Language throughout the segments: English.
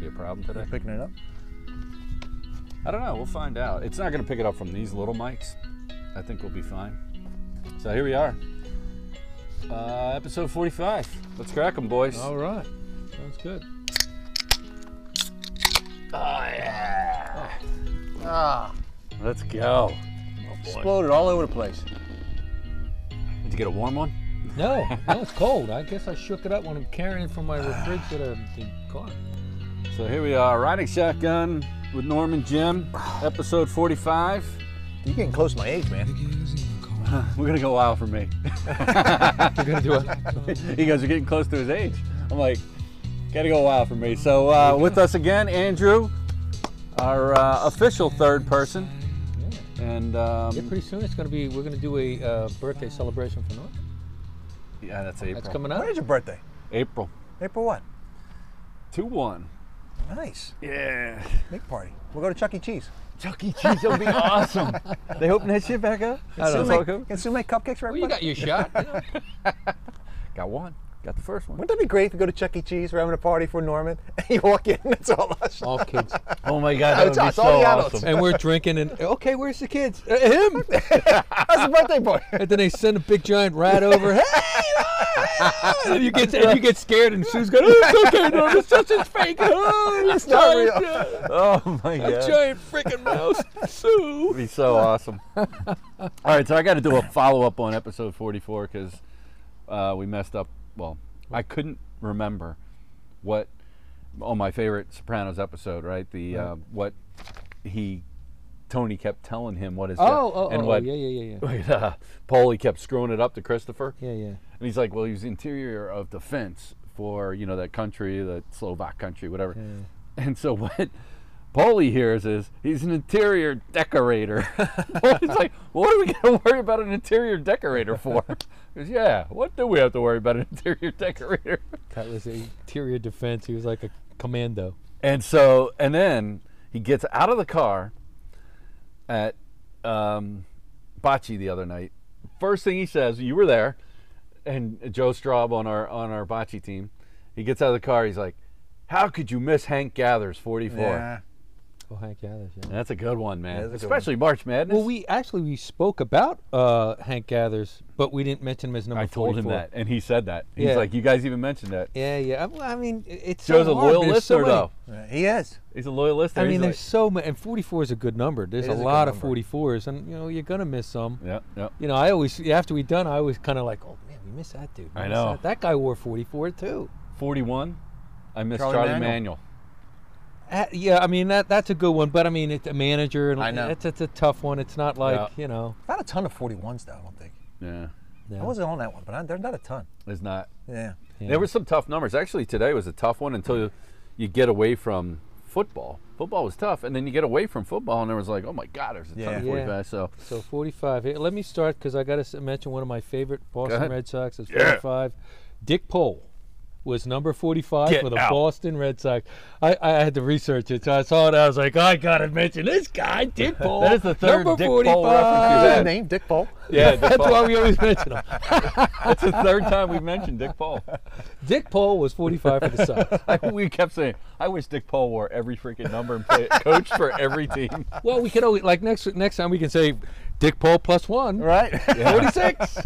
be a problem today. They're picking it up. I don't know. We'll find out. It's not going to pick it up from these little mics. I think we'll be fine. So here we are. Uh, episode 45. Let's crack 'em, boys. All right. Sounds good. Let's go. Exploded all over the place. Did you get a warm one? No, no, it's cold. I guess I shook it up when I'm carrying it from my refrigerator to the car. So here we are, riding shotgun with Norm and Jim, episode 45. You're getting close to my age, man. We're gonna go wild for me. You're gonna do it. he goes, "You're getting close to his age." I'm like, "Gotta go wild for me." So uh, with us again, Andrew, our uh, official third person, and um, Yeah, pretty soon it's gonna be. We're gonna do a uh, birthday celebration for Norm. yeah, that's April. That's coming up. When is your birthday? April April what? two one. Nice. Yeah. Big party. We'll go to Chuck E. Cheese. Chuck E. Cheese, that'll be awesome. they open that shit back up. I Soon make, can soon make cupcakes for Well, you everybody. got your shot. you know. Got one. Got the first one. Wouldn't that be great if we go to Chuck E. Cheese? We're having a party for Norman, and you walk in, and it's all us. All kids, Oh my god, that It's would be us, all so the adults. awesome. and we're drinking. And okay, where's the kids? Uh, him. That's the birthday boy. And then they send a big giant rat over. Hey, Norm!" and you get and you get scared, and Sue's going, oh, "It's okay, Norm. It's just it's fake. Oh, it's not giant, real." uh, Oh my god. Giant freaking mouse, Sue. That'd be so awesome. All right, so I got to do a follow up on episode 44 because uh, we messed up. Well, I couldn't remember what on my favorite Sopranos episode, right? The uh, what he Tony kept telling him what his Oh, oh, and oh, what yeah, yeah, yeah, yeah. uh, Paulie kept screwing it up to Christopher. Yeah, yeah. And he's like, well, he was interior of the fence for, you know, that country, that Slovak country, whatever. And so what Paulie hears is he's an interior decorator. it's like, what are we going to worry about an interior decorator for? Because, yeah, what do we have to worry about an interior decorator? That was a interior defense. He was like a commando. And so, and then he gets out of the car at um, Bocce the other night. First thing he says, you were there, and Joe Straub on our on our Bocce team. He gets out of the car. He's like, "How could you miss Hank Gathers 44?" Yeah. Oh, Hank Gathers. Yeah. That's a good one, man. is a good Especially March Madness. Well, we actually we spoke about uh, Hank Gathers, but we didn't mention him as number. I told him 44. that, and he said that. He's Yeah. like, "You guys even mentioned that." Yeah, yeah. I, well, I mean, it- it's Joe's so a hard, loyal but there's so listener, many- though. Uh, He is. He's a loyal listener. I mean, He's there's so many, and 44 is a good number. There's It a is a good lot of number. 44s, and you know you're gonna miss some. like, yeah, yeah. You know, I always after we done, I was kind of like, oh man, we missed that dude. We I missed know. that. that guy wore 44 too. 41. I missed Charlie, Charlie Manuel. Manuel. Uh, yeah, I mean that that's a good one, but I mean it's a manager, and I know. it's it's a tough one. It's not like Yeah. you know. Not a ton of 41s, though, I don't think. Yeah, I wasn't on that one, but I, there's not a ton. it's not. Yeah. Yeah. There were some tough numbers. Actually, today was a tough one until you, you get away from football. Football was tough, and then you get away from football, and there was like, oh my God, there's a ton Yeah. of Yeah. 45. So So 45. Here, let me start because I got to mention one of my favorite Boston ahead. Red Sox is Yeah. 45. Dick Pole was number 45 Get for the out. Boston Red Sox. I, I had to research it. So I saw it. I was like, I got to mention this guy, Dick Pole. That is the third number Dick Pole 45. reference Is Yeah. that his name? Dick Paul? yeah, Dick That's Paul. why we always mention him. that's the third time we mentioned Dick Paul. Dick Pole was 45 for the Sox. I, we kept saying, I wish Dick Paul wore every freaking number and play, coached for every team. Well, we could always, like next next time, we can say Dick Pole plus one. Right? 46.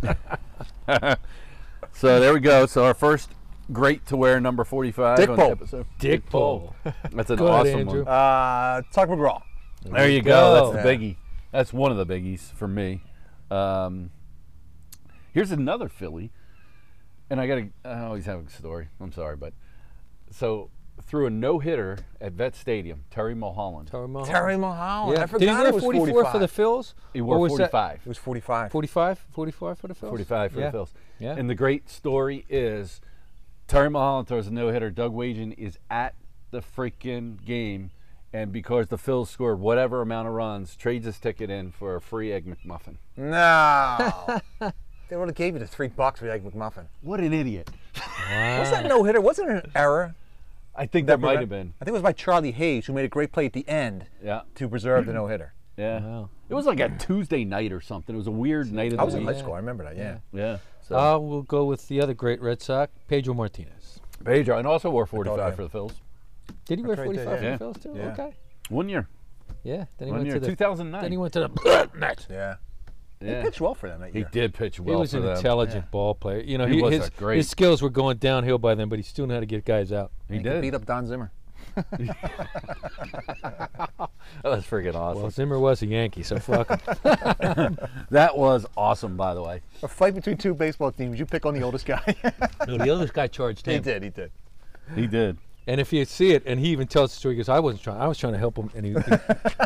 So there we go. So our first great to wear number 45 Dick on Paul. the episode. Dick Pole. That's an Good, awesome Andrew. one. Uh, Tuck McGraw. There you go. That's the Yeah. biggie. That's one of the biggies for me. Um, here's another Philly, and I gotta. I always have a story. I'm sorry, but so threw a no hitter at Vet Stadium, Terry Mulholland. Terry Mulholland. Terry Mulholland. Uh-huh. Yeah. I forgot Did he wear it was 44 45. for the Phils? He Or wore was that- 45. It was 45. 45, 45 for the Phils. 45 for yeah. the Phils. Yeah. And the great story is Terry Mulholland throws a no hitter. Doug Wagen is at the freaking game. And because the Phils scored whatever amount of runs, trades his ticket in for a free Egg McMuffin. No. they would have gave you the three bucks for the Egg McMuffin. What an idiot. Was that no hitter? Wasn't it an error? I think that might prevent- have been. I think it was by Charlie Hayes, who made a great play at the end Yeah. to preserve the no hitter. Yeah. Wow. It was like a Tuesday night or something. It was a weird night of the I was in week. high school. I remember that. Yeah. Yeah. So I will go with the other great Red Sox, Pedro Martinez. Pedro, and also wore 45 yeah. for the Phils. Did he right wear there, 45 yeah. in Phil's too? Yeah. Okay. One year. Yeah. Then he One went year. to the. Then 2009. he went to the Nets. Yeah. He Yeah. pitched well for them that He year. did pitch well He was for an them. intelligent ball player. You know, He was a his, great- his skills were going downhill by then, but he still knew how to get guys out. He could Beat did. up Don Zimmer. That was freaking awesome. Well, Zimmer was a Yankee, so fuck him. that was awesome, by the way. A fight between two baseball teams. You pick on the oldest guy. No, the other guy charged he him. did. He did. He did. And if you see it, and he even tells the story, he goes, I wasn't trying. I was trying to help him. And he, he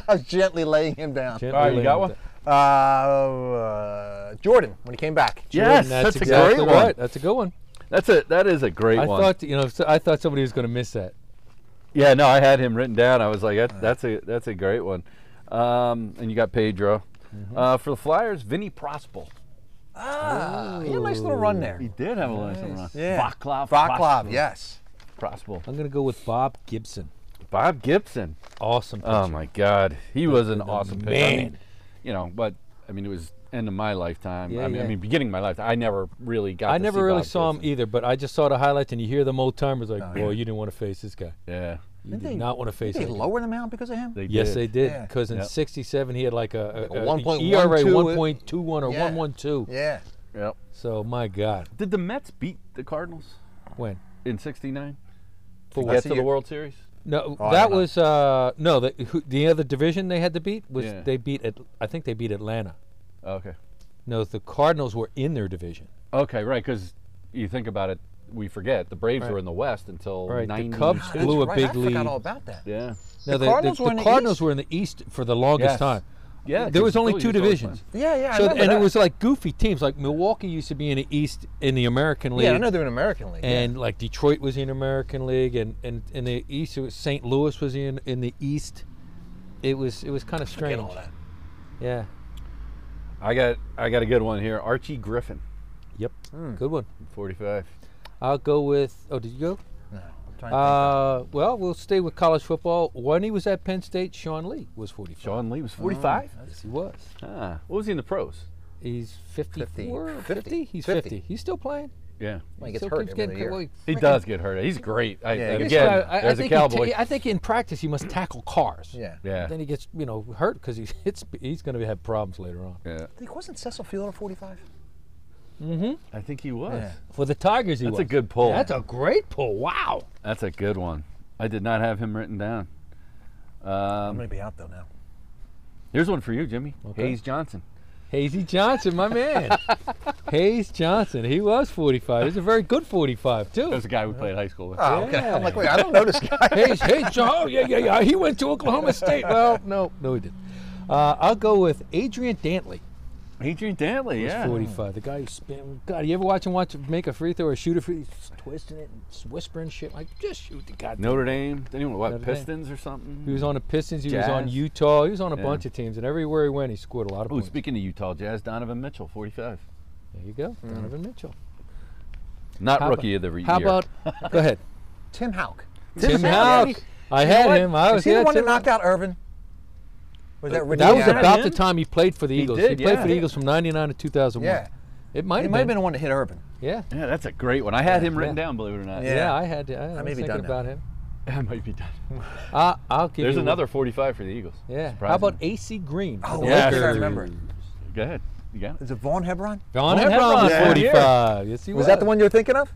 I was gently laying him down. gently All right, you laid got him one? down. Uh, uh, Jordan when he came back. Yes, And that's, that's a exactly great right. one. That's a good one. That's a that is a great I one. thought you know so- I thought somebody was going to miss that. yeah, no, I had him written down. I was like, that, that's a that's a great one. Um, and you got Pedro uh, for the Flyers, Vinny Prospel. Ah, he had a nice little run there. He did have a nice little run. Nice. Yeah. Vaclav. Vaclav, Prospel. yes. Prospel. I'm going to go with Bob Gibson. Bob Gibson. Awesome. Oh pitcher. my God, he was an awesome pitcher. I mean, man. you know, but I mean, it was end of my lifetime. Yeah, I, mean, I yeah. mean, beginning of my lifetime. I never really got. I to never see really Bob saw him Gibson. either, but I just saw the highlights, and you hear them old timers like, Oh, "Boy, yeah. you didn't want to face this guy. Yeah, You Didn't did they- not want to face Did that they guy." lower them out because of him? they Yes, did. they did. Yeah. Because in Yep. '67, he did like a, a, a a- 1.12 ERA it- 1.21 or Yeah. 1.12. Yeah. Yep. So my God, Did the Mets beat the Cardinals when? in '69 to For get That's to the the year- World Series? No, Oh, I that don't know. was uh, no. The, who, the other division they had to beat was Yeah. they beat. At, I think they beat Atlanta. Okay. No, the Cardinals were in their division. Okay, right. Because you think about it, we forget the Braves Right. were in the West until Right, the 90. Cubs That's blew a right. big I lead. forgot all about that. Yeah. No, The Cardinals were in the Cardinals East? were in the East for the longest Yes. time. Yeah. there 'cause was only Philly two used to always divisions. play Yeah, yeah. I So remember and that. it was like goofy teams. Like Milwaukee used to be in the East in the American League, Yeah, I know they're in American League. yeah. and like Detroit was in American League, and and in the East, it was St. Louis was in in the East. It was it was kind of Forget strange. all that. Yeah. them. I got I got a good one here. Archie Griffin, Yep. Good one. 45. Hmm. I'll go with. Oh, did you go? No, I'm trying to Uh, well, we'll stay with college football. When he was at Penn State, Sean Lee was 45. Sean Lee was Oh. 45. Yes, he was. Ah, what was he in the pros? He's 54, 50. 50. He's 50. 50. He's still playing. Yeah. think. Well, he Still gets hurt keeps every other getting- year. well, he- He does get hurt. He's great. I, Yeah, and he gets again, I- I- I there's a think he ta- cowboy. I think in practice he must tackle cars. Yeah. yeah. Then he gets, you know, hurt because he hits. He's going to have problems later on. yeah. I think, wasn't Cecil Fielder 45? I think he was. Yeah. For the Tigers, he Mm-hmm. That's was. a good pull. That's a great pull. Wow. That's a good one. I did not have him written down. I'm Um, going to be out though now. here's one for you, Jimmy. Hayes Johnson. Hazy Johnson, my man. Hayes Johnson. He was 45. He's a very good 45 too. There's a guy we played high school with. Oh, okay. Yeah. I'm like, wait, I don't know this guy. Hayes, Hayes, oh, yeah, yeah, yeah. He went to Oklahoma State. Well, no, no, he didn't. Uh, I'll go with Adrian Dantley. Adrian Dantley, He's yeah. 45. The guy who spin. God, you ever watch him watch make a free throw or shoot a free? He's twisting it and whispering shit. Like, just shoot the goddamn. Notre Dame. Then he went, what, Notre Dame. Pistons or something? He was on the Pistons. He was on Jazz. Utah. He was on a Yeah. bunch of teams, and everywhere he went, he scored a lot of Oh, points. speaking of Utah Jazz, Donovan Mitchell, 45. There you go, Hmm. Donovan Mitchell. Not How about- rookie of the year. How about? go ahead, Tim Houck. Tim Houck. Houck. I You know had what? him. I was Is he the Oh, yeah, one that Tim- knocked out Irvin? Was that Ricky That was Yeah. Allen? a- about Yeah. the time he played for the He Eagles. did, he played yeah. for the Eagles from '99 to 2001. Yeah. It might He have might have been. been the one that hit Irvin. Yeah. Yeah, that's a great one. I had him written Yeah. down, believe it or not. Yeah. Yeah, I had. to- I, I may was be thinking done now. about him. That might be done. I, I'll give There's you one. another 45 for the Eagles. Yeah. Surprising. How about AC Green? Oh, the yeah, I Lakers? remember. Go ahead. You got it? Is it Vaughn Hebron? Vaughn John Hebron, Hebron, yeah. 45. Yes, he was. Was that the one you were thinking of?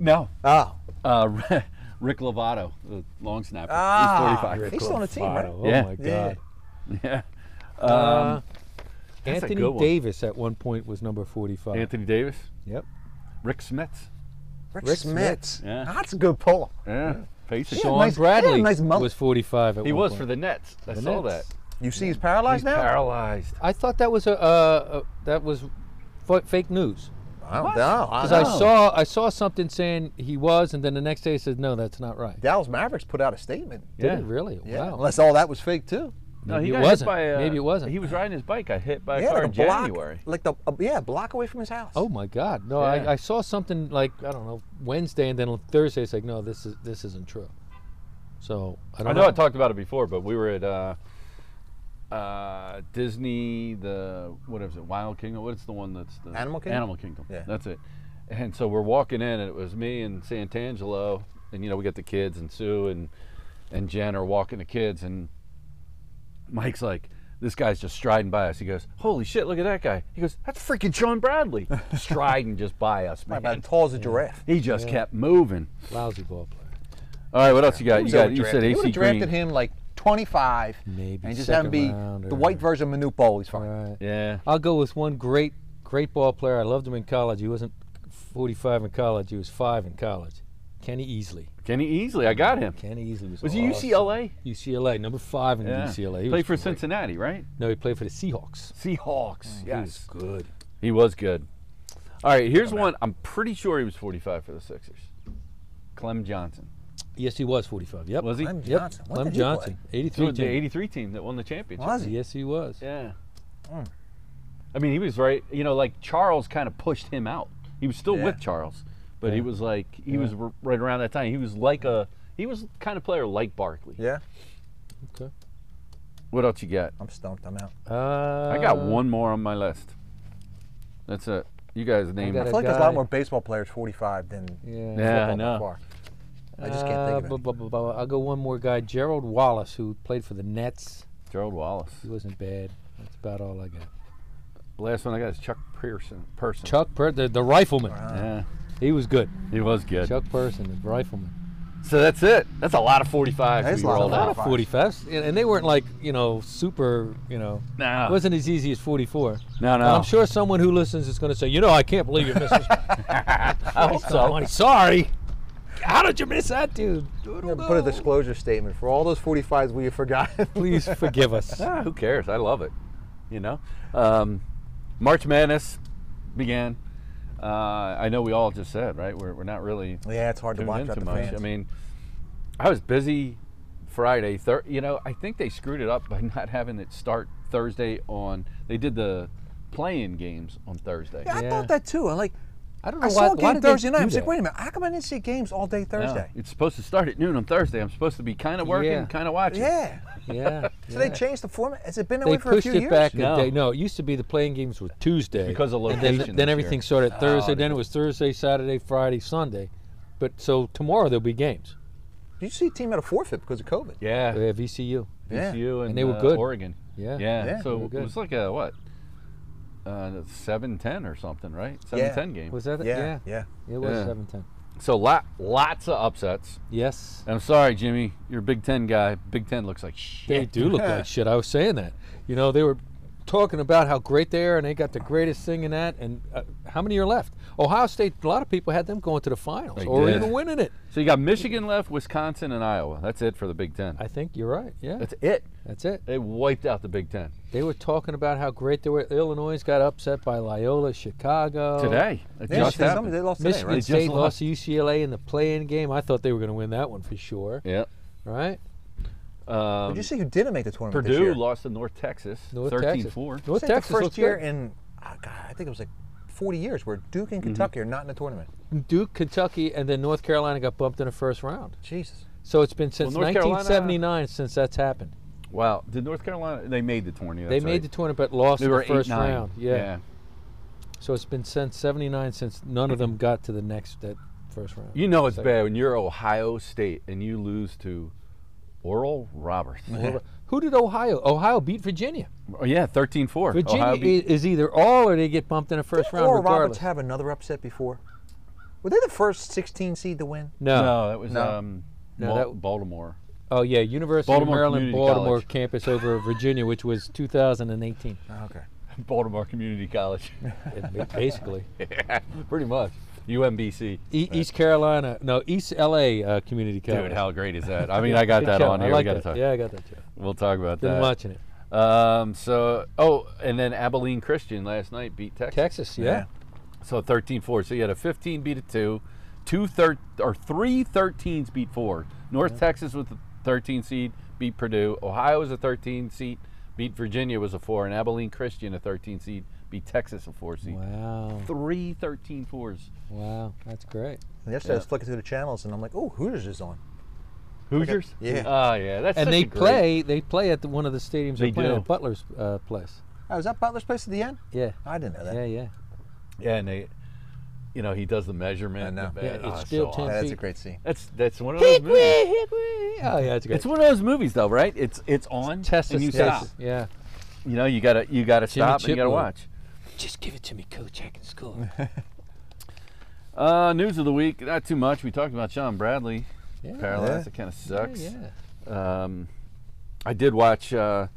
No. Oh. Uh, Rick Lovato, the long snapper. Ah, He's 45. He's still on the team, right? Wow, Yeah. Oh my Yeah. God. Yeah. Uh, that's a Anthony good one. Davis at one point was number 45. Anthony Davis, Yep. Rick Smits. Rick, Rick Smith. Yeah. That's a good pull. Yeah. Facing. Yeah, Sean nice- he had a Bradley nice mullet. was 45 at He one was point. for the Nets. I The saw Nets. that. You see he's paralyzed He's now? paralyzed. I thought that was a uh, uh, that was fa- fake news I don't know. I because don't I know. saw I saw something saying he was, and then the next day it said no, that's not right. Dallas Mavericks put out a statement. Did Yeah. it really? Yeah. Wow. Unless all that was fake too. No, Maybe he it got Hit wasn't. by a, Maybe it wasn't. He was riding his bike. I hit by a yeah, car like a in block. Uh, January. Like the a, yeah, a block away from his house. Oh my God! No, Yeah. I, I saw something like I don't know Wednesday, and then on Thursday it's like no, this is this isn't true. So I don't I Uh-huh. know I talked about it before, but we were at uh, uh, Disney, the what is it, Wild Kingdom? What's the one that's the Animal Kingdom? Animal Kingdom. Yeah. that's it. And so we're walking in, and it was me and Santangelo, and you know we got the kids and Sue and and Jen are walking the kids, and Mike's like, this guy's just striding by us. He goes, holy shit, look at that guy. He goes, that's freaking Sean Bradley. striding just by us, man. About as tall as a giraffe. He just kept moving. Lousy ball player. All right, what else you got? You He got was you overdrafted. said He would AC have drafted Green. him like 25 Maybe and just have second him be round the or- white version of Manute Bol. He's All fine. right. Yeah. I'll go with one great, great ball player. I loved him in college. He wasn't 45 in college. He was five in college. Kenny Easley. Kenny Easily, I got him. Kenny Easley was. Was he awesome. UCLA? UCLA, number five in Yeah. UCLA. He Played was for great. Cincinnati, right? No, he played for the Seahawks. Seahawks. Oh, He was yes. good. He was good. All right, here's one. I'm pretty sure he was 45 for the Sixers. Clem Johnson. Yes, he was 45. Yep. Was he? Clem Yep. Johnson. What Clem did he play? Johnson. So 83 the team. 83 team that won the championship. Was he? Yes, he was. Yeah. Mm. I mean, he was right. You know, like Charles kind of pushed him out. He was still Yeah. with Charles, but he Yeah. was like, he was r- right around that time. He was like a, he was kind of player like Barkley. Yeah, Okay. What else you got? I'm stumped. I'm out. Uh, I got one more on my list. That's it. You guys name got I it. feel a like there's a lot guy- more baseball players 45 than Yeah. Yeah, I football know. by far. I just can't think of Uh, it. bu- bu- bu- bu- I'll go one more guy. Gerald Wallace, who played for the Nets. Gerald Wallace. He wasn't bad. That's about all I got. Last one I got is Chuck Pearson. Person. Chuck, per- the, the rifleman. Yeah, He was good. he was good. Chuck Person, the rifleman. So that's it. That's a lot of 45 That's we a lot of rolled A lot out. of 45s. And and they weren't like, you know, super, you know. No. It wasn't as easy as 44. No, And no. I'm sure someone who listens is going to say, you know, I can't believe you missed this. I hope so. Sorry. How did you miss that, dude? I'm gonna Put a disclosure statement for all those 45s we have forgotten. Please forgive us. Ah, who cares? I love it. You know, um, March Madness began. Uh, I know we all just said right. We're, we're not really yeah, it's hard to tuned watch in out too the much. fans. I mean, I was busy Friday. Thir- you know, I think they screwed it up by not having it start Thursday on. They did the play-in games on Thursday. yeah, I yeah. thought that too. I'm like, I don't know I why. saw a why game did they Thursday night. do I was like, that? wait a minute, how come I didn't see games all day No, Thursday? it's supposed to start at noon on Thursday. I'm supposed to be kind of working, Yeah. kind of watching. Yeah. Yeah. So they yeah. changed the format. Has it been that They way for a pushed few it years? back No. a day. No, it used to be the playing games were Tuesday Because of and then- location Then, this everything year. started Ah, Thursday. they then it was Thursday, Saturday, Friday, Sunday. But so tomorrow there'll be games. Did you see a team at a forfeit because of COVID? Yeah. We have VCU. Yeah. VCU and, And they were uh, good. Oregon. Yeah. Yeah. Yeah. So They were it good. was like a what? Uh, seven ten or something, right? Seven Yeah. ten game. Was that it? Yeah. yeah. Yeah. It was Yeah. 710. so lot lots of upsets. Yes. And I'm sorry, Jimmy. You're a Big Ten guy. Big Ten looks like shit. They do look like shit. I was saying that. You know, they were talking about how great they are, and they got the greatest thing in that. And uh, how many are left? Ohio State. A lot of people had them going to the finals They or did. even winning it. So you got Michigan left, Wisconsin, and Iowa. That's it for the Big Ten. I think you're right. Yeah, That's it. that's it. They wiped out the Big Ten They were talking about how great they were. Illinois got upset by Loyola Chicago today. It Yeah, just they- happened. They lost today, Michigan right? They just State lost. lost to UCLA in the play-in game. I thought they were going to win that one for sure. Yeah. Right? Um, Did you see who didn't make the tournament this Purdue year? lost to North Texas, North 13-4. Texas. It's North like Texas the first looked year good. in, oh God, I think it was like 40 years where Duke Mm-hmm. and Kentucky are not in the tournament. Duke, Kentucky, and then North Carolina got bumped in the first round. Jesus. So it's been since North Carolina- 1979 since that's happened. Wow. Did North Carolina? They made the tournament. They made the tournament but lost They in were the eight, first nine. round. Yeah. So it's been since '79 since none of Mm-hmm. them got to the next that first round. You know it's Second. bad when you're Ohio State and you lose to Oral Roberts. Or- Who did Ohio? Ohio beat Virginia. Oh, yeah, 13 4. Virginia i- is either all or they get bumped in the first round. Or Roberts regardless. have another upset before? Were they the first 16 seed to win? no. No, that was No. Um, No, Bal- that- Baltimore. Oh yeah, University Baltimore of Maryland, Community Baltimore College. campus over Virginia, which was 2018, Oh, okay. Baltimore Community College. It- basically. Pretty much. UMBC. E- East Carolina, no, East LA uh, Community College. Dude, how great is that? I mean, I got Good that show. on I here. like we gotta that. talk. Yeah, I got that. Too. We'll talk about Been that. watching it. Um, so, oh, and then Abilene Christian last night beat Texas. Texas, yeah. Yeah. So 13 4. So you had a 15 beat a 2. Two thir- or three 13s beat four. North Texas was the 13 seed, beat Purdue. Ohio was a 13 seed, beat Virginia was a four. And Abilene Christian, a 13 seed, beat Texas, a four seed. Wow, Three 13 fours. wow, that's great. And yesterday I was flicking through the channels and I'm like, oh, Hooters is on. Hoosiers? Yeah. Oh, yeah. That's and such they a great- play. They play at the, one of the stadiums. They They play do. at Butler's uh, place. Oh, is that Butler's place at the end? Yeah, I didn't know that. yeah, yeah. Yeah, and they, you know, he does the measurement. I know. the Yeah, bad- it's oh, still so awesome. Yeah, that's a feet. great scene. That's that's one of those movies. Oh yeah, it's good. It's one of those movies though, right? It's it's on test and you us, yes, stop. Yeah. You know, you gotta you gotta Jimmy stop and you gotta Chipmunk. watch. Just give it to me, coach. I can score. Uh, news of the week, not too much. We talked about Sean Bradley Yeah. paralyzed. Yeah. That kind of yeah, sucks. yeah. Um, I did watch uh,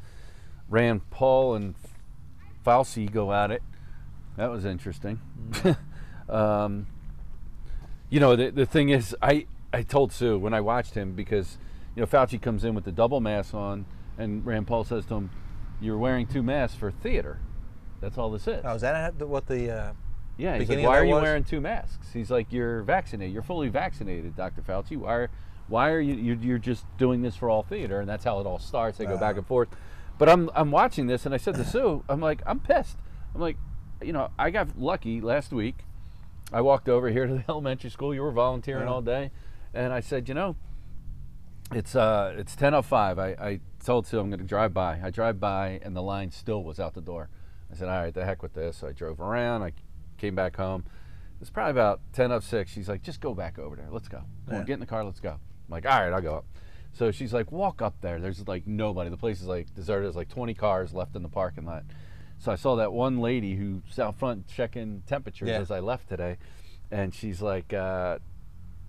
Rand Paul and Fauci go at it. That was interesting. um, you know, the, the thing is, I, I told Sue when I watched him because, you know, Fauci comes in with the double mask on, and Rand Paul says to him, You're wearing two masks for theater. That's all this is. Oh, is that how- what the? Uh, Yeah, he's like, beginning of why that are you was- wearing two masks? He's like, you're vaccinated. You're fully vaccinated, Dr. Fauci. Why are, why are you? You're, you're just doing this for all theater, and that's how it all starts. They go back Ah. and forth. But I'm I'm watching this, and I said to Sue, I'm like, I'm pissed. I'm like, you know, I got lucky last week. I walked over here to the elementary school. You were volunteering Yeah. all day, and I said, you know, it's uh, it's ten of five. I, I told Sue I'm going to drive by. I drive by, and the line still was out the door. I said, all right, the heck with this. So I drove around. I came back home. It was probably about ten of six. She's like, just go back over there. Let's go. Come on, Yeah. get in the car. Let's go. I'm like, all right, I'll go up. So she's like, walk up there. There's like nobody. The place is like deserted. There's like 20 cars left in the parking lot. So I saw that one lady who's out front checking temperatures Yeah. as I left today, and she's like, uh,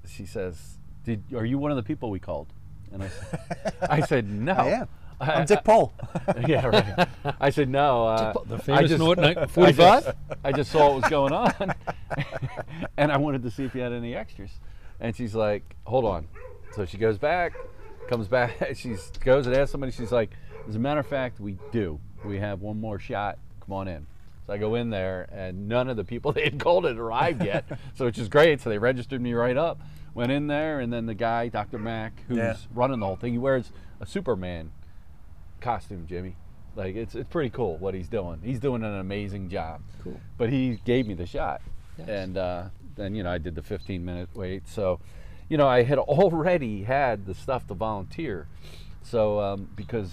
she says, "Did are you one of the people we called?" And I, s- I said, "No." I am. I- oh. I'm Dick Pole. yeah, right. I said no. Uh, The I famous just- Norton I night- just- 45? I just saw what was going on, and I wanted to see if you had any extras. And she's like, "Hold on." So she goes back, comes back. She goes and asks somebody. She's like, "As a matter of fact, we do. We have one more shot. Come on in." So I go in there, and none of the people they had called had arrived yet, so which is great. So they registered me right up. Went in there, and then the guy, Dr. Mack, who's Yeah. running the whole thing, he wears a Superman costume, Jimmy. Like it's it's pretty cool what he's doing. He's doing an amazing job. Cool. But he gave me the shot, Nice. and uh, then you know I did the 15 minute wait. So, you know I had already had the stuff to volunteer. So um, because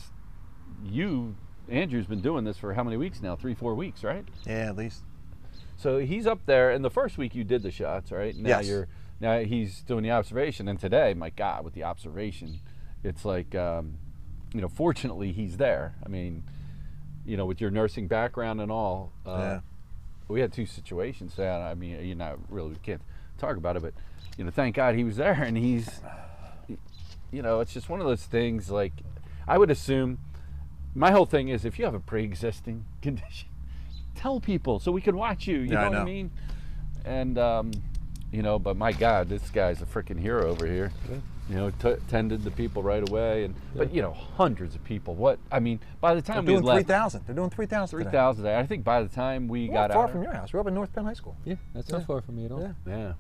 you Andrew's been doing this for how many weeks now? Three four weeks, right? yeah, at least. So he's up there, and the first week you did the shots, right? Now Yes. you're now he's doing the observation, and today, my God, with the observation, it's like, um, you know, fortunately he's there. I mean, you know, with your nursing background and all, uh, Yeah. we had two situations. That I mean, you're not really we can't talk about it, but you know, thank God he was there, and he's, you know, it's just one of those things. Like, I would assume, my whole thing is if you have a pre-existing condition, tell people so we can watch you. You Yeah, know, I what I know. mean? And um, you know, but my God, this guy's a freaking hero over here. You know, t- tended the people right away, and but you know, hundreds of people. What I mean, by the time They're doing we left, three thousand. They're doing three thousand. three thousand. I think by the time we got far out, from your house. We're up in North Penn High School. Yeah, that's not far from me at all. Yeah. yeah,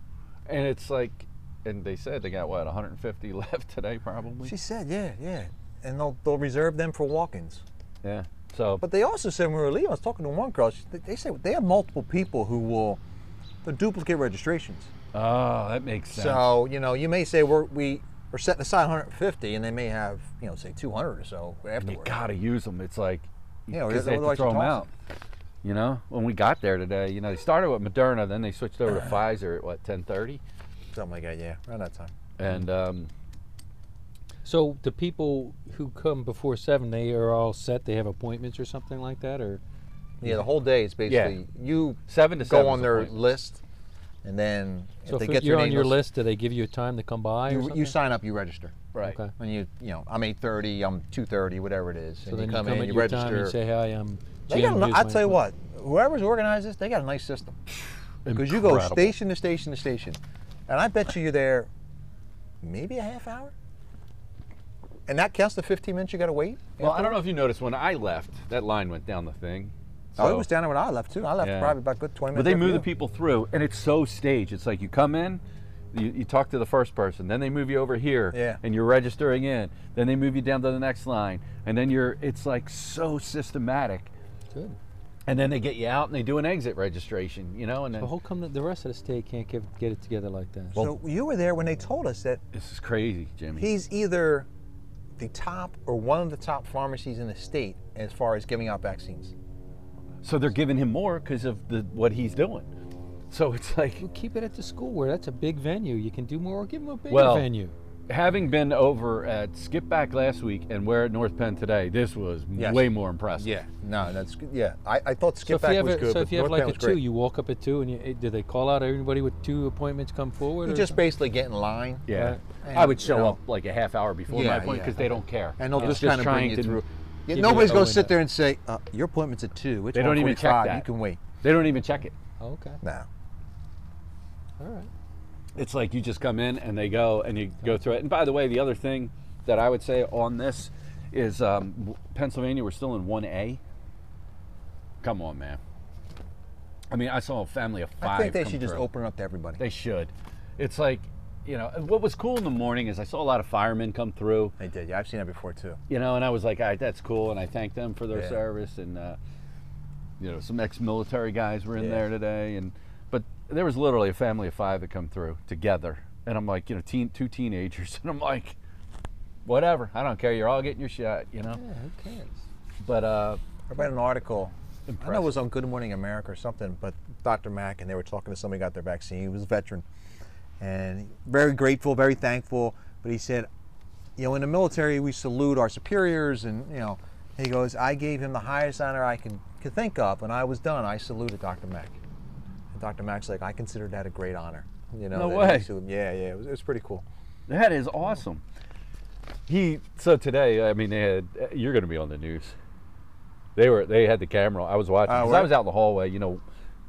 and it's like, and they said they got what 150 left today, probably. She said, yeah, yeah, and they'll they'll reserve them for walk-ins. yeah. So But they also said when we were leaving, I was talking to one girl. She, they- they said they have multiple people who will they duplicate registrations. oh, that makes sense. So you know, you may say we're we are setting aside 150, and they may have you know say 200 or so And you afterwards. gotta use them. It's like, Yeah, or 'cause they have to otherwise you throw them toss out. You know, when we got there today, you know, they started with Moderna, then they switched over to Pfizer at what 10:30, Something like that. Yeah, around that time. and um, So the people who come before seven, they are all set. They have appointments or something like that, or Yeah, the whole day is basically you seven to go seven on is their appointment. list, and then so if they if get you're your on name your listed, list, do they give you a time to come by? or you, something? you sign up, you register. right? Okay. And you you know I'm 8:30, I'm 2:30, whatever it is, So and then you come in, at you your time, you register. say, "Hi, I'm." They Jim, got a, here's I'll my tell you appointment." what, whoever's organized this, they got a nice system. Because you go Incredible. station to station to station, and I bet you you're there maybe a half hour. And that counts the 15 minutes you got to wait. Well, I don't know if you noticed when I left, that line went down the thing. oh, So- it was down there when I left too. I left Yeah. probably about a good 20 minutes. But they after move the you. people through, and it's so staged. It's like you come in, you, you talk to the first person, then they move you over here, Yeah. and you're registering in. Then they move you down to the next line, and then you're. It's like so systematic, Good. and then they get you out and they do an exit registration, you know, and then But how come the, the rest of the state can't give, get it together like that? so you were there when they told us that this is crazy, Jimmy. he's either the top or one of the top pharmacies in the state as far as giving out vaccines. so they're giving him more because of the what he's doing. So it's like Well, keep it at the school where that's a big venue. You can do more. Give them a bigger Well, venue. having been over at Skip Back last week and we're at North Penn today, this was Yes. way more impressive. Yeah, no, that's good. Yeah, I, I thought So skip if back you have, was a, good, so but if you have North like Penn a was great. two, you walk up at two, and you, eh, do they call out everybody with two appointments come forward? You or just something? basically get in line. Yeah. And, I would you show know- up like a half hour before Yeah, my appointment yeah. because they don't care. And they'll It's just, kind of bring trying you to- through. Yeah, give you nobody's a going to window. sit there and say, uh, your appointment's at 2. It's They don't even check 1:45, You that. can wait. They don't even check it. okay, No. all right. It's like you just come in and they go and you go through it. And by the way, the other thing that I would say on this is um, w- Pennsylvania, we're still in 1A. Come on, man. I mean, I saw a family of I five. think they come should just through. open it up to everybody. They should. It's like, you know, what was cool in the morning is I saw a lot of firemen come through, They did. Yeah, I've seen that before too. you know, and I was like, all right, that's cool. And I thanked them for their Yeah. service. And, uh, you know, some ex military guys were in Yeah. there today. And, but there was literally a family of five that come through together. And I'm like, you know, teen, two teenagers. And I'm like, whatever. I don't care. You're all getting your shot, you know? Yeah, who cares? But, uh, I read an article. I know Impressive. it was on Good Morning America or something, but Dr. Mack and they were talking to somebody who got their vaccine. He was a veteran, and very grateful, very thankful. But he said, you know, in the military we salute our superiors, and you know, he goes, I gave him the highest honor I could could think of. When I was done, I saluted Dr. Mack. And Dr. Mack's like, I consider that a great honor. You know, No that way. he salu- Yeah, yeah, it was, it was pretty cool. That is awesome. He so today. I mean, they had. You're going to be on the news. They were. They had the camera. I was watching. Oh, 'cause were I you? was out in the hallway. You know,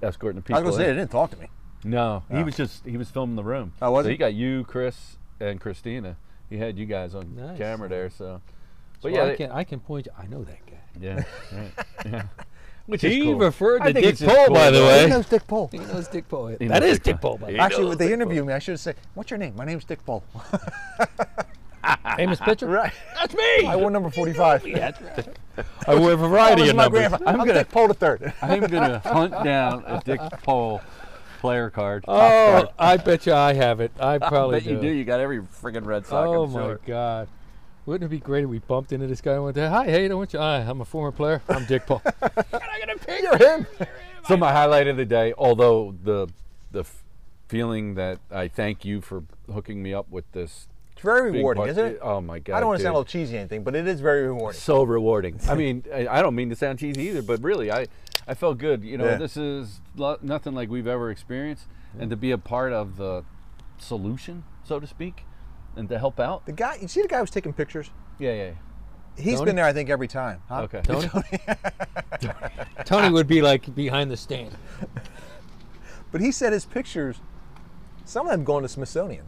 escorting the people. I was gonna say eh? in. they didn't talk to me. No, he Oh. was just. He was filming the room. Oh, was so he? got you, Chris, and Christina. He had you guys on Nice. camera there. So, So but yeah, I they- can I can point. you- I know that guy. yeah, right, yeah. Which he is cool. referred I to think Dick it's just Paul, cool, by the though. He way. knows Dick Paul. He knows Dick Paul. He That knows is Dick Dick Paul. Paul. By the He way. Actually, knows when they Dick interviewed me, I should have said, "What's your name?" My name's Dick Paul. Famous pitcher. Right. That's me. I wore number 45. Yeah, that's right. I wear a That variety was of my numbers. grandfather. I'm I'm gonna- Dick Paul the third. I'm gonna hunt down a Dick Paul player card. Oh, I bet you I have it. I probably bet you do. You got every friggin' Red Sox. Oh I'm my sure. God. God! Wouldn't it be great if we bumped into this guy and went, "Hi, hey, you know what? You, I, I'm a former player. I'm Dick Paul." You're him. So my highlight of the day, although the the f- feeling that I thank you for hooking me up with this. It's very big rewarding, part- isn't it? Oh my god! I don't want to dude. sound a little cheesy or anything, but it is very rewarding. so rewarding. I mean, I, I don't mean to sound cheesy either, but really, I I felt good. You know, Yeah. this is lo- nothing like we've ever experienced, and to be a part of the solution, so to speak, and to help out. The guy, you see the guy who's taking pictures? Yeah, yeah. He's Tony? been there, I think, every time. yeah. Huh? Okay. Tony. Tony would be like behind the stand. But he said his pictures, some of them go in the Smithsonian.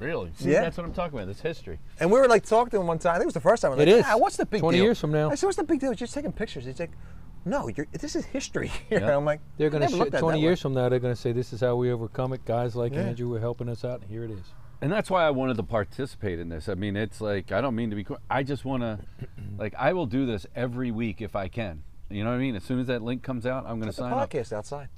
Really? See, Yeah. That's what I'm talking about. It's history. And we were like talking to him one time. I think it was the first time. I was It like, is. "Ah, what's the big 20 deal? years from now. I said, what's the big deal? It's just taking pictures. He's like, no, you're, this is history here. Yeah. I'm like, They're "I going to never looked at it twenty that way." years from now. They're going to say, "This is how we overcome it." Guys like Yeah. Andrew were helping us out, and here it is. and that's why I wanted to participate in this. I mean, it's like I don't mean to be. qu- I just want to, like, I will do this every week if I can. You know what I mean? As soon as that link comes out, I'm going to The sign up. podcast outside.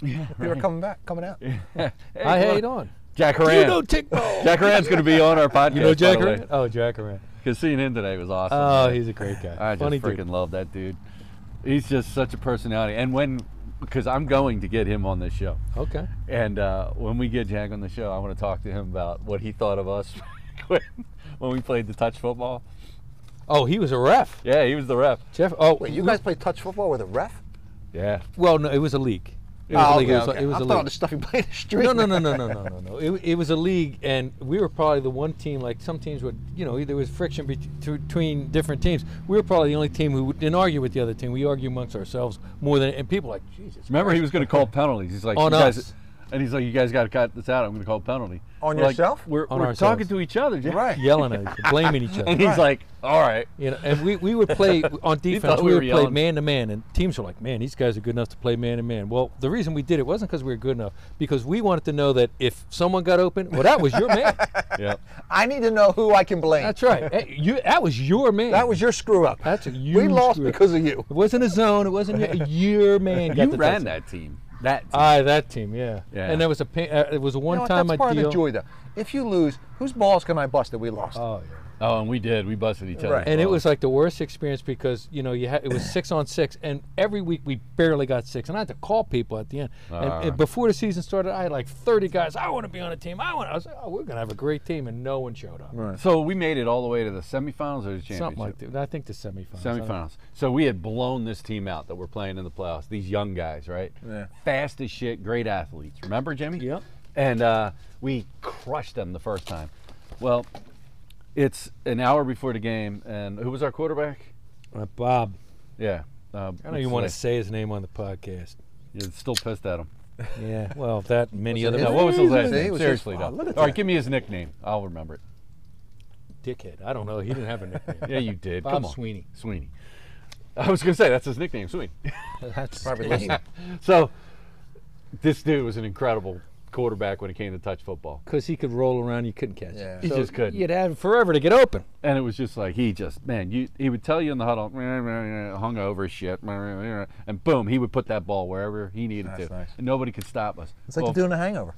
Yeah, we were coming back, coming out. Hey, I look, hate on. Jack Horan. Jack Horan's going to be on our podcast. You know Jack by the way. Horan? Oh, Jack Horan. Cause seeing him today was awesome. Oh, man. he's a great guy. I just Funny freaking dude. love that dude. He's just such a personality. And when, because I'm going to get him on this show. Okay. And uh, when we get Jack on the show, I want to talk to him about what he thought of us when, when we played the touch football. Oh, he was a ref. Yeah, he was the ref. Jeff. Oh, Wait, you we- guys play touch football with a ref? Yeah. Well, no, it was a league. It Oh, was a league. It was, it was Oh, I'm a throwing league. the stuff you play in the street. No, no, no, no, no, no, no, no. It, it was a league, and we were probably the one team. Like some teams would, you know, there was friction bet- between different teams. We were probably the only team who didn't argue with the other team. We argue amongst ourselves more than, and people were like Jesus. Remember, he was going to call penalties. He's like, On you guys, us. and he's like, you guys got to cut this out. I'm going to call a penalty. On We're like, yourself? we're On we're ourselves. talking to each other, Jack. Right. yelling at each other, blaming each And other. he's like, all right. You know, and we, we would play on defense. thought We, we were would play yelling. man to man, and teams were like, "Man, these guys are good enough to play man to man." Well, the reason we did it wasn't because we were good enough, because we wanted to know that if someone got open, well, that was your man. Yeah. I need to know who I can blame. That's right. Hey, you, that was your man. that was your screw up. That's a we huge lost screw up. because of you. It wasn't a zone. It wasn't your, your man. got You the ran touchdown. that team. That team. Aye, that team. Yeah. Yeah. And there was a pa- uh, it was a You one know what? time That's I part of deal. the joy, though. If you lose, Whose balls can I bust that we lost? Oh yeah. Oh, and we did. We busted each other. Right. And it was like the worst experience because you know you had it was six on six, and every week we barely got six, and I had to call people at the end. And, Ah. and before the season started, I had like thirty guys. I want to be on a team. I want. I was like, oh, we're gonna have a great team, and no one showed up. so we made it all the way to the semifinals or the championship. Something like that. I think the semifinals. I don't- Semifinals. So we had blown this team out that we're playing in the playoffs. These young guys, right? Yeah. Fast as shit, great athletes. Remember, Jimmy? Yep. And uh, we crushed them the first time. Well, it's an hour before the game, and who was our quarterback? Uh, Bob, Yeah. Uh, I don't even want to say his name on the podcast. You're still pissed at him. Yeah. Well, that many Was other it No, what was his last See, it name? was Seriously, his though. fault. Look at All right, that. give me his nickname. I'll remember it. dickhead. I don't know. He didn't have a nickname. Yeah, you did. Bob Come on. Sweeney. Sweeney. I was going to say, that's his nickname, Sweeney. That's Probably listening. So this dude was an incredible quarterback when it came to touch football. because he could roll around. You couldn't catch. Yeah. it. He just couldn't. You'd have forever to get open. And it was just like he just man, you he would tell you in the huddle, hungover shit, and boom, he would put that ball wherever he needed That's to. nice. And nobody could stop us. It's like well, the dude in a hangover.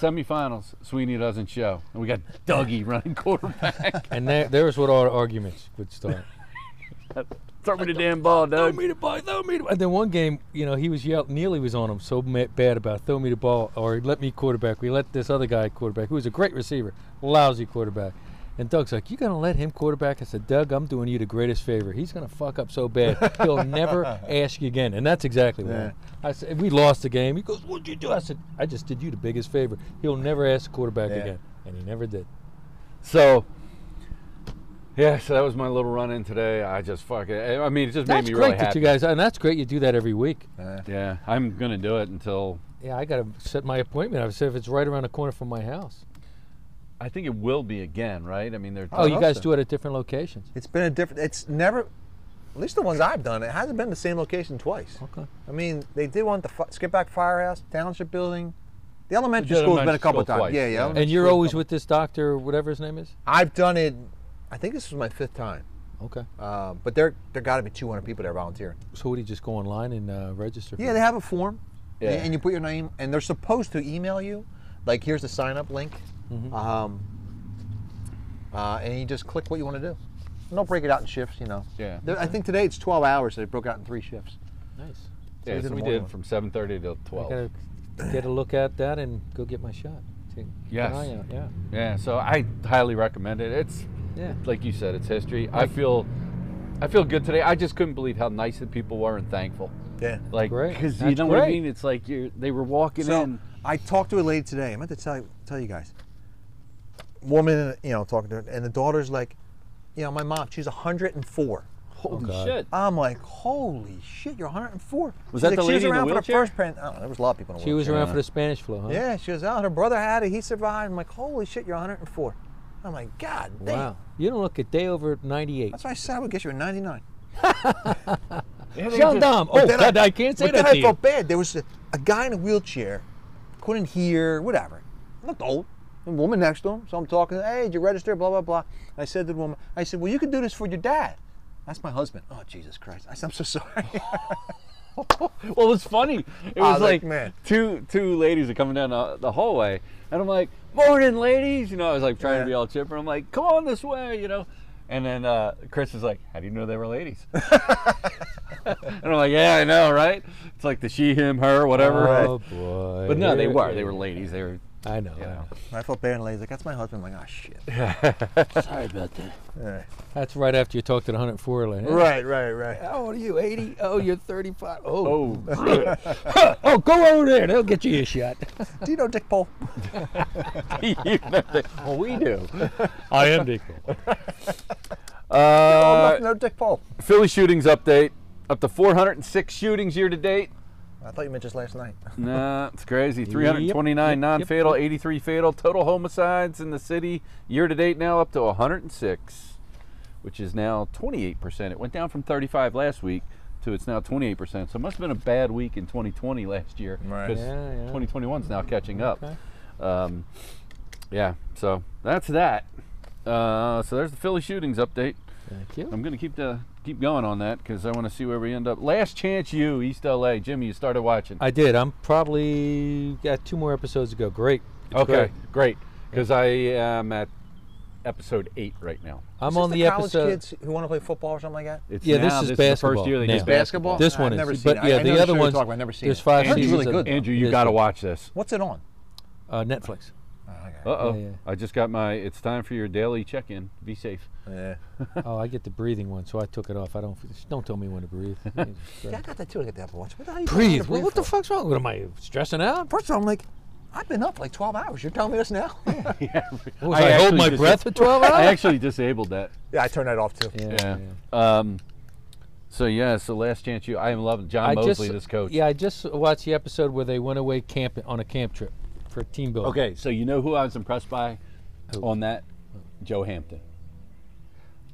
semifinals, Sweeney doesn't show. And we got Dougie running quarterback. And there, there's what our arguments would start. Throw me the damn ball, throw Doug. me the ball, throw me the ball. And then one game, you know, he was yelled, Neely was on him so ma- bad about throw me the ball or let me quarterback. We let this other guy quarterback, who was a great receiver, lousy quarterback. And Doug's like, you gonna let him quarterback? I said, Doug, I'm doing you the greatest favor. He's gonna fuck up so bad, he'll never ask you again. And that's exactly what happened. I said. We lost the game. He goes, what'd you do? I said, I just did you the biggest favor. He'll never ask the quarterback Yeah. again. And he never did. So yeah, so that was my little run in today. I just fucking I mean it just That's made me great really that happy. you guys, and that's great you do that every week. Yeah. yeah, I'm gonna do it until Yeah, I gotta set my appointment. I've said if it's right around the corner from my house. I think it will be again, right? I mean they're Oh, you hope guys so. do it at different locations. It's been a different. It's never, at least the ones I've done. It hasn't been the same location twice. Okay. I mean, they did one at the fi- skip back firehouse, township building, the elementary The school has been elementary a couple school times. twice, yeah, yeah. yeah. And elementary And you're school a always couple- with this doctor, or whatever his name is. I've done it. I think this was my fifth time. Okay. Um, but there, there got to be 200 people there volunteering. So would he just go online and uh, register? for Yeah, they it? have a form, Yeah. and you put your name, and they're supposed to email you. Like, here's the sign up link, Mm-hmm. um, uh, and you just click what you want to do. And they'll break it out in shifts, you know. Yeah. There- I think today it's 12 hours. So they broke out in three shifts. nice. yeah, it's so in we the did morning. from seven thirty to I twelve. gotta get a look at that and go get my shot. Take, keep Yes. An eye out. Yeah. Yeah, so I highly recommend it. It's Yeah. like you said, it's history. I feel I feel good today. I just couldn't believe how nice the people were and thankful. Yeah. Like great. cuz you That's know what I great. mean? It's like you are they were walking So in. I talked to a lady today. I meant to tell you, tell you guys. Woman, you know, talking to her, and the daughter's like, you know, my mom, she's 104. Holy God. shit. I'm like, holy shit, you're 104. Was She's that like, the she was lady in the around for wheelchair? the first pan. Oh, there was a lot of people in the She was wheelchair. around for the Spanish flu, huh? Yeah, she was out. Her brother had it. He survived. I'm like, holy shit, you're 104. I'm like, God damn. Wow. You don't look a day over 98. That's why I said I would get you a 99. Yeah, they Shut just- down. But Oh, then God, I, can't say but then that to I you. felt bad. There was a, a guy in a wheelchair, couldn't hear, whatever. Looked old. A woman next to him. So I'm talking, hey, did you register? Blah, blah, blah. I said to the woman, I said, well, you could do this for your dad. That's my husband. Oh, Jesus Christ. I said, I'm so sorry. Well, it was funny. It I was was like, like, man. two two ladies are coming down the, the hallway, and I'm like, "Morning, ladies!" You know, I was like trying to Yeah. be all chipper. I'm like, "Come on this way," you know. And then uh, Chris is like, "How do you know they were ladies?" and I'm like, "Yeah, I know, right?" It's like the she, him, her, whatever. Oh boy. But no, they Here were. it They were is. ladies. They were. I know. You I know. know. I felt bad and lazy. Like, that's my husband. I'm like, oh, shit. Sorry about that. Yeah. That's right after you talked to the 104 lady. Right, right, right. How old are you? 80? Oh, you're 35. Oh, Oh, oh, go over there. They'll get you a shot. Do you know Dick Paul? you know that- well, we do. I am Dick. Oh, Uh, no, no, Dick Paul. Philly shootings update. Up to 406 shootings year to date. I thought you meant just last night. Nah, it's crazy. 329 yep, yep, non-fatal, 83 fatal. Total homicides in the city year to date now up to 106, which is now 28%. It went down from 35 last week to it's now 28%. So it must have been a bad week in 2020 last year Right. because Yeah, yeah. 2021's now catching up. Okay. Um, yeah, so that's that. Uh, so there's the Philly shootings update. Thank you. I'm gonna keep the keep going on that because I want to see where we end up. Last chance, you East LA, Jimmy. You started watching. I did. I'm probably got two more episodes to go. Great. It's Okay, great. great. because I am at episode eight right now. I'm Is on this the college episode. kids who want to play football or something like that. It's Yeah, this now- is the basketball first year they now. did basketball. This I've one is, never seen but it. I- yeah, I know the the other show you're one's. talking about. I've never seen there's it. five Andrew's seasons really of- good, Andrew, you this got to one. watch this. What's it on? Uh, Netflix. Uh oh. Yeah, yeah. I just got my. It's time for your daily check-in. Be safe. Yeah. oh, I get the breathing one, so I took it off. I don't. just Don't tell me when to breathe. I got that too. I got the Apple Watch. What the hell are you talking breathe. about What, what the for? fuck's wrong? What am I stressing out? First of all, I'm like, I've been up like 12 hours. You're telling me this now? What was I, hold actually my dis- breath for 12 I hours? actually disabled that. yeah, I turned that off too. Yeah. Yeah. yeah. Um, so yeah, so last chance you. I am loving John I Mosley, just, this coach. Yeah, I just watched the episode where they went away camp on a camp trip for a team building. Okay, so you know who I was impressed by Who? on that? Joe Hampton.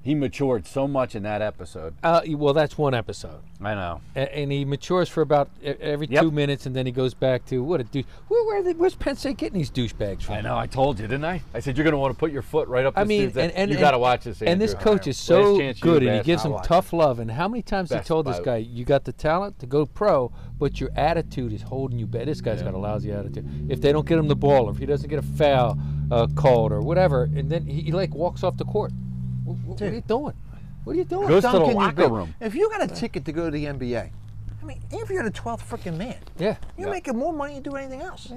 He matured so much in that episode. Uh, well, that's one episode, I know. A- and he matures for about e- every Yep. two minutes, and then he goes back to what a douche. Where, where are they, where's Penn State getting these douchebags from? I know. I told you, didn't I? I said you're going to want to put your foot right up. This I mean, dude's and, and you and- got to watch this. And this Andrew. coach is Last so chance you good, and he best. gives I'll him watch. tough love. And how many times Best he told this by- guy, "You got the talent to go pro, but your attitude is holding you back." This guy's got a lousy attitude. If they don't get him the ball, or if he doesn't get a foul uh, called, or whatever, and then he, he like walks off the court. What, what are Dude. you doing? What are you doing? Goes to Dumb the can you locker be? room. If you got a ticket to go to the NBA, I mean, if you're the 12th freaking man, yeah. you're Yeah. making more money than you do anything else.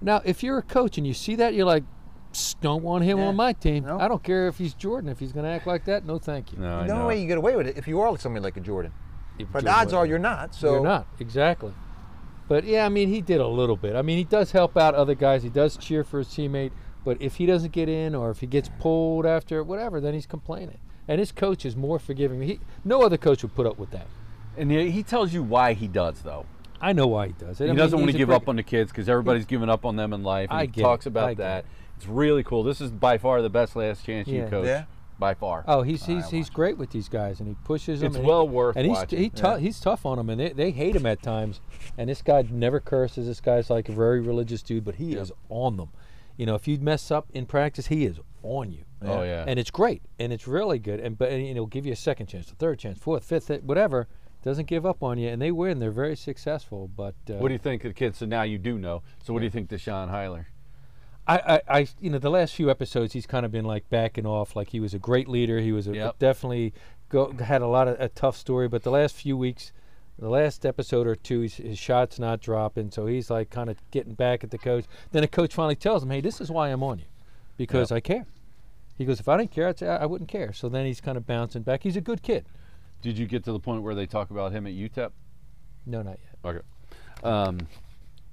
Now, if you're a coach and you see that, you're like, "Psst, "Don't want him Yeah. on my team. No. I don't care if he's Jordan. If he's going to act like that, no, thank you." No, I the only know. way you get away with it if you are somebody like a Jordan. If But Jordan the odds wasn't- are you're not. So You're not exactly. But yeah, I mean, he did a little bit. I mean, he does help out other guys. He does cheer for his teammate. But if he doesn't get in, or if he gets pulled after whatever, then he's complaining. And his coach is more forgiving. He no other coach would put up with that. and he he tells you why he does though. I know why he does it. He doesn't want to give up on the kids because everybody's giving up on them in life. And I he get talks it. I about get that. it. It's really cool. This is by far the best last chance you Yeah. coach. Yeah. By far. Oh, he's he's, he's great with these guys, and he pushes them. It's and he- well worth And he's watching. he tou- he's tough on them, and they, they hate him at times. And this guy never curses. This guy's like a very religious dude, but he is on them. You know, if you mess up in practice, he is on you. Oh, yeah. And it's great, and it's really good, and but and he'll give you a second chance, a third chance, fourth, fifth, eh, whatever. Doesn't give up on you, and they win. They're very successful. But uh, What do you think of the kids? So now you do know. So what do you think, Deshaun Heiler? I, I, I, you know, the last few episodes, he's kind of been like backing off. Like he was a great leader. He was a, Yep. definitely go, had a lot of a tough story. But the last few weeks, the last episode or two, his, his shots not dropping. So he's like kind of getting back at the coach. Then the coach finally tells him, "Hey, this is why I'm on you, because I care." He goes, "If I didn't care, I'd say I I wouldn't care." So then he's kind of bouncing back. He's a good kid. Did you get to the point where they talk about him at E UTEP? No, not yet. Okay. Um,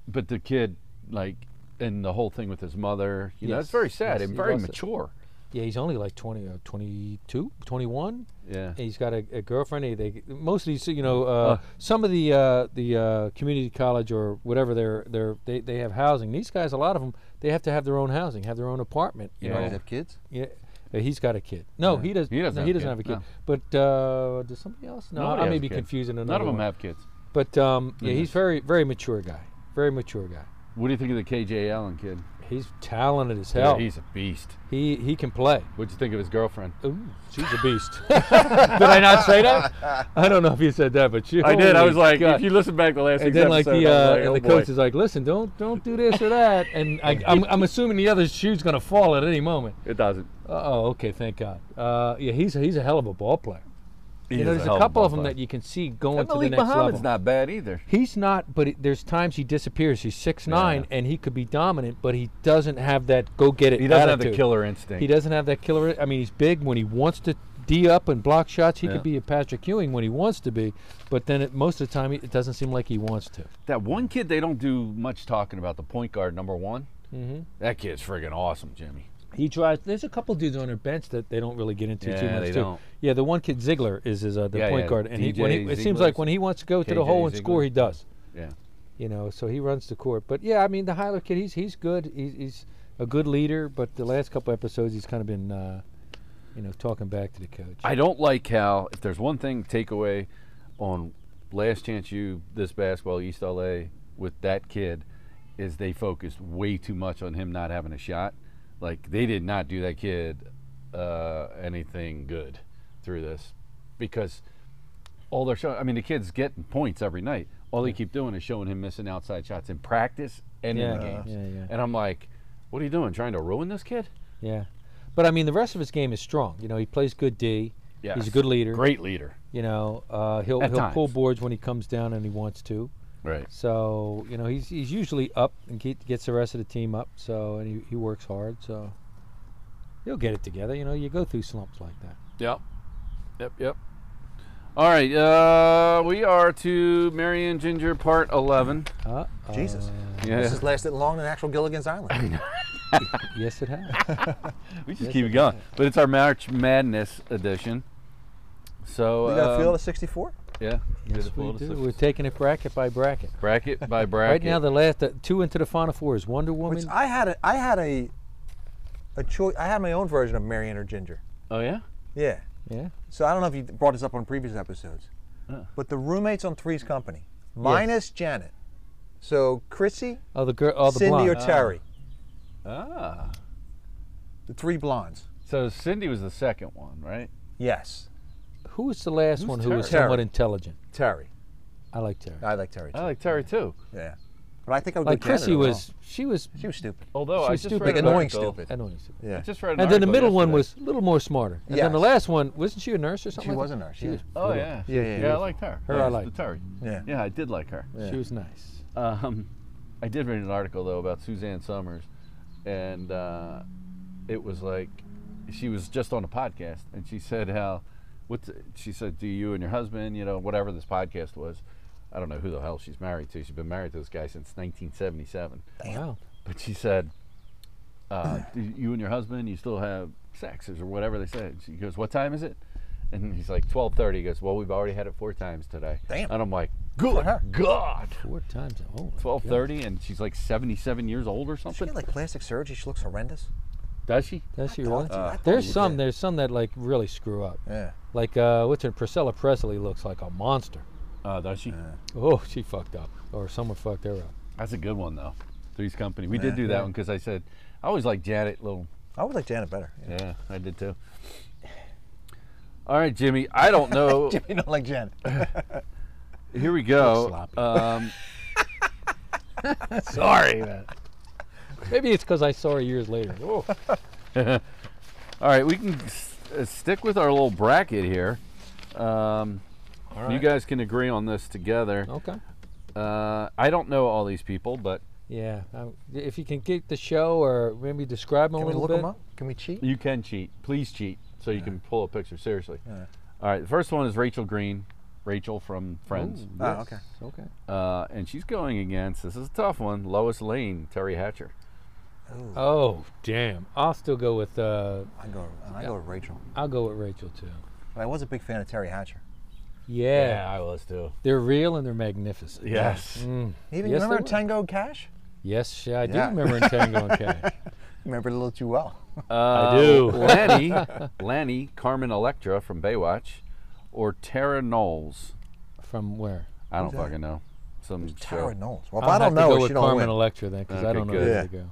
but the kid, like, and the whole thing with his mother, you know, Yes, it's very sad yes, and he very was. mature. Yeah, he's only like uh, 20 or 22, 21. Yeah. He's got a, a girlfriend. He, they most of these, you know, uh, Uh. some of the uh, the uh, community college or whatever they're they're they, they have housing. These guys, a lot of them, they have to have their own housing, have their own apartment. You Yeah. know, Does he have kids? yeah. Uh, He's got a kid. No, he doesn't. He doesn't no, have he a doesn't kid, have a kid. But uh, does somebody else? No, Nobody I has may a be kid. confusing another None of them one. have Mm-hmm. kids. But um, yeah, In he's this. very very mature guy. Very mature guy. What do you think of the KJ Allen kid? He's talented as Yeah, hell. he's a beast. he he can play. What'd you think of his girlfriend? Ooh, she's a beast. did I not say that? I don't know if you said that, but you. I did. I was like, God. if you listen back to the last and then like the uh, oh, and the coach is like, listen, don't don't do this or that, and I, I'm I'm assuming the other shoe's gonna fall at any moment. it doesn't. Oh, okay, thank God. Uh, yeah, he's he's a hell of a ball player. you know, there's a couple of them that you can see going to the Malik next Muhammad's level. not bad either. He's not, but it, there's times he disappears. He's six nine, and he could be dominant, but he doesn't have that go get it. He doesn't have attitude. the killer instinct. He doesn't have that killer. I mean, he's big when he wants to d up and block shots. He Yeah. could be a Patrick Ewing when he wants to be, but then it, most of the time it doesn't seem like he wants to. That one kid they don't do much talking about, the point guard number one. Mm-hmm. That kid's friggin' awesome, Jimmy. He drives. There's a couple dudes on their bench that they don't really get into too Yeah, much. they too. don't. Yeah, the one kid Ziegler is is uh, the Yeah, point yeah, guard, and he, DJ when he, it seems Ziegler's- like when he wants to go to the KJ hole and Ziegler. score, he does. Yeah. You know, so he runs the court. But yeah, I mean the Heiler kid, he's he's good. He's, he's a good leader, but the last couple episodes, he's kind of been, uh, you know, talking back to the coach. I don't like how if there's one thing takeaway on last chance you this basketball East LA with that kid is they focused way too much on him not having a shot. Like they did not do that kid uh, anything good through this because all they're showing. I mean, the kid's getting points every night. All they keep doing is showing him missing outside shots in practice and in the Yeah, games. yeah, yeah. And I'm like, What are you doing? Trying to ruin this kid? Yeah. But I mean, the rest of his game is strong. You know, he plays good D. He's a good leader. Great leader. You know, uh, he'll At he'll pull times. boards when he comes down and he wants to. Right. So you know, he's he's usually up and keep, gets the rest of the team up. So and he, he works hard. So he'll get it together. You know, you go through slumps like that. Yep. Yep. Yep. All right. Uh, we are to Marion Ginger part eleven. Uh, Jesus. Yeah. This has lasted longer than actual Gilligan's Island. yes, it has. we just keep it going, but it's our March Madness edition. So we got a um, field of 64? yeah. yes, Beautiful we little do. six- We're taking it bracket by bracket. bracket by bracket. Right now, the last the two into the final four is Wonder Woman. Which I had a, I had a, a choice. I had my own version of Marion or Ginger. oh yeah. Yeah. yeah. So I don't know if you brought this up on previous episodes, Uh. but the roommates on Three's Company, minus Janet. So Chrissy, Oh, the girl. Oh, the Cindy, blonde. uh. or Terry, Ah. the three blondes. So Cindy was the second one, right? Yes, Who was the last Who's one who was Terry? somewhat Terry. intelligent? Terry. I like Terry. I like Terry too. I like Terry too. yeah, but I think I would Oh. like go Janet Chrissy overall. was. She was She was stupid. Although She I was just stupid. read Like an annoying article- stupid. annoying. stupid. I Yeah. just read an And then the article middle one yesterday. was a little more smarter. And then the Yes. last one wasn't she a nurse or something? She like was that? a nurse, She yeah. was Oh brutal. yeah. Yeah, yeah, Yeah, I yeah. liked her. Her I Yes, liked. The Terry. yeah. Yeah, I did like her. Yeah. She was nice. Um, I did read an article though about Suzanne Summers, and uh, it was like she was just on a podcast, and she said how what's she said to you and your husband, you know, whatever this podcast was. I don't know who the hell she's married to. She's been married to this guy since 1977. Wow. But she said, uh, "Do "You and your husband, you still have sexes or whatever they said." She goes, "What time is it?" And he's like, "12:30." He goes, "Well, we've already had it four times today." Damn. And I'm like, "Good her. God!" Four times. Oh. my twelve God. thirty, and she's like seventy-seven years old or She something. had like plastic surgery. She looks horrendous. Does she? Does she I really? thought- Uh, I thought there's she some. did. There's some that like really screw up. Yeah. Like uh, what's her Priscilla Presley looks like a monster. Uh, does she? Oh, she fucked up, or someone fucked her up. That's a good one though. Three's Company. We did Yeah. do that one because I said I always like Janet Little. I would like Janet better. Yeah, I did too. All right, Jimmy. I don't know. Jimmy don't like Janet. Here we go. Sloppy. Um, Sorry, man. Maybe it's because I saw her years later. Oh. all right, we can s- uh, stick with our little bracket here. Um, All You right. guys can agree on this together. Okay. Uh, I don't know all these people, but Yeah. um, if you can get the show or maybe describe them Can a we little look bit. them up? Can we cheat? You can cheat. Please cheat so you can pull a picture. Seriously. Yeah. All right. The first one is Rachel Green. Rachel from Friends. Ooh, Ah, yes. okay. Okay. Uh, and she's going against, this is a tough one, Lois Lane, Terry Hatcher. Oh damn! I'll still go with. Uh, I go. I go with Rachel. I'll go with Rachel too. But I was a big fan of Terry Hatcher. Yeah. I was too. They're real and they're magnificent. Yes. Mm. Even Yes, you remember they were. Tango Cash? Yes, I do Yeah. remember in Tango and Cash. Remember it a little too well. Uh, do. Lanny, Lanny, Carmen Electra from Baywatch, or Tara Knowles. From where? I don't Who's that? fucking know. Some show. Tara Knowles. Well, if I'll I don't have to go know, with she don't Carmen win. Electra then, because I Okay, don't know good. where to Yeah. go.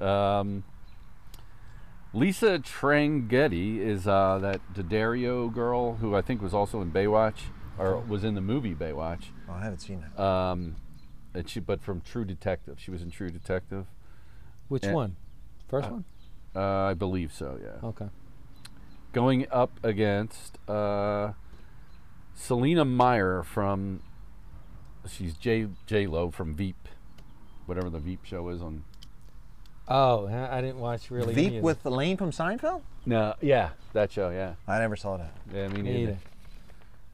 Um, Lisa Trangetti is uh, that Daddario girl who I think was also in Baywatch or was in the movie Baywatch. Oh, I haven't seen that. Um, and she, but from True Detective. She was in True Detective. Which Yeah. one? First one? Uh, I believe so, yeah. Okay. Going up against uh, Selena Meyer from, she's J, J-Lo from Veep, whatever the Veep show is on. Oh, I I didn't watch really. any Veep of with Elaine from Seinfeld? No, yeah, that show, yeah. I never saw that. Yeah, me them. Me neither. either.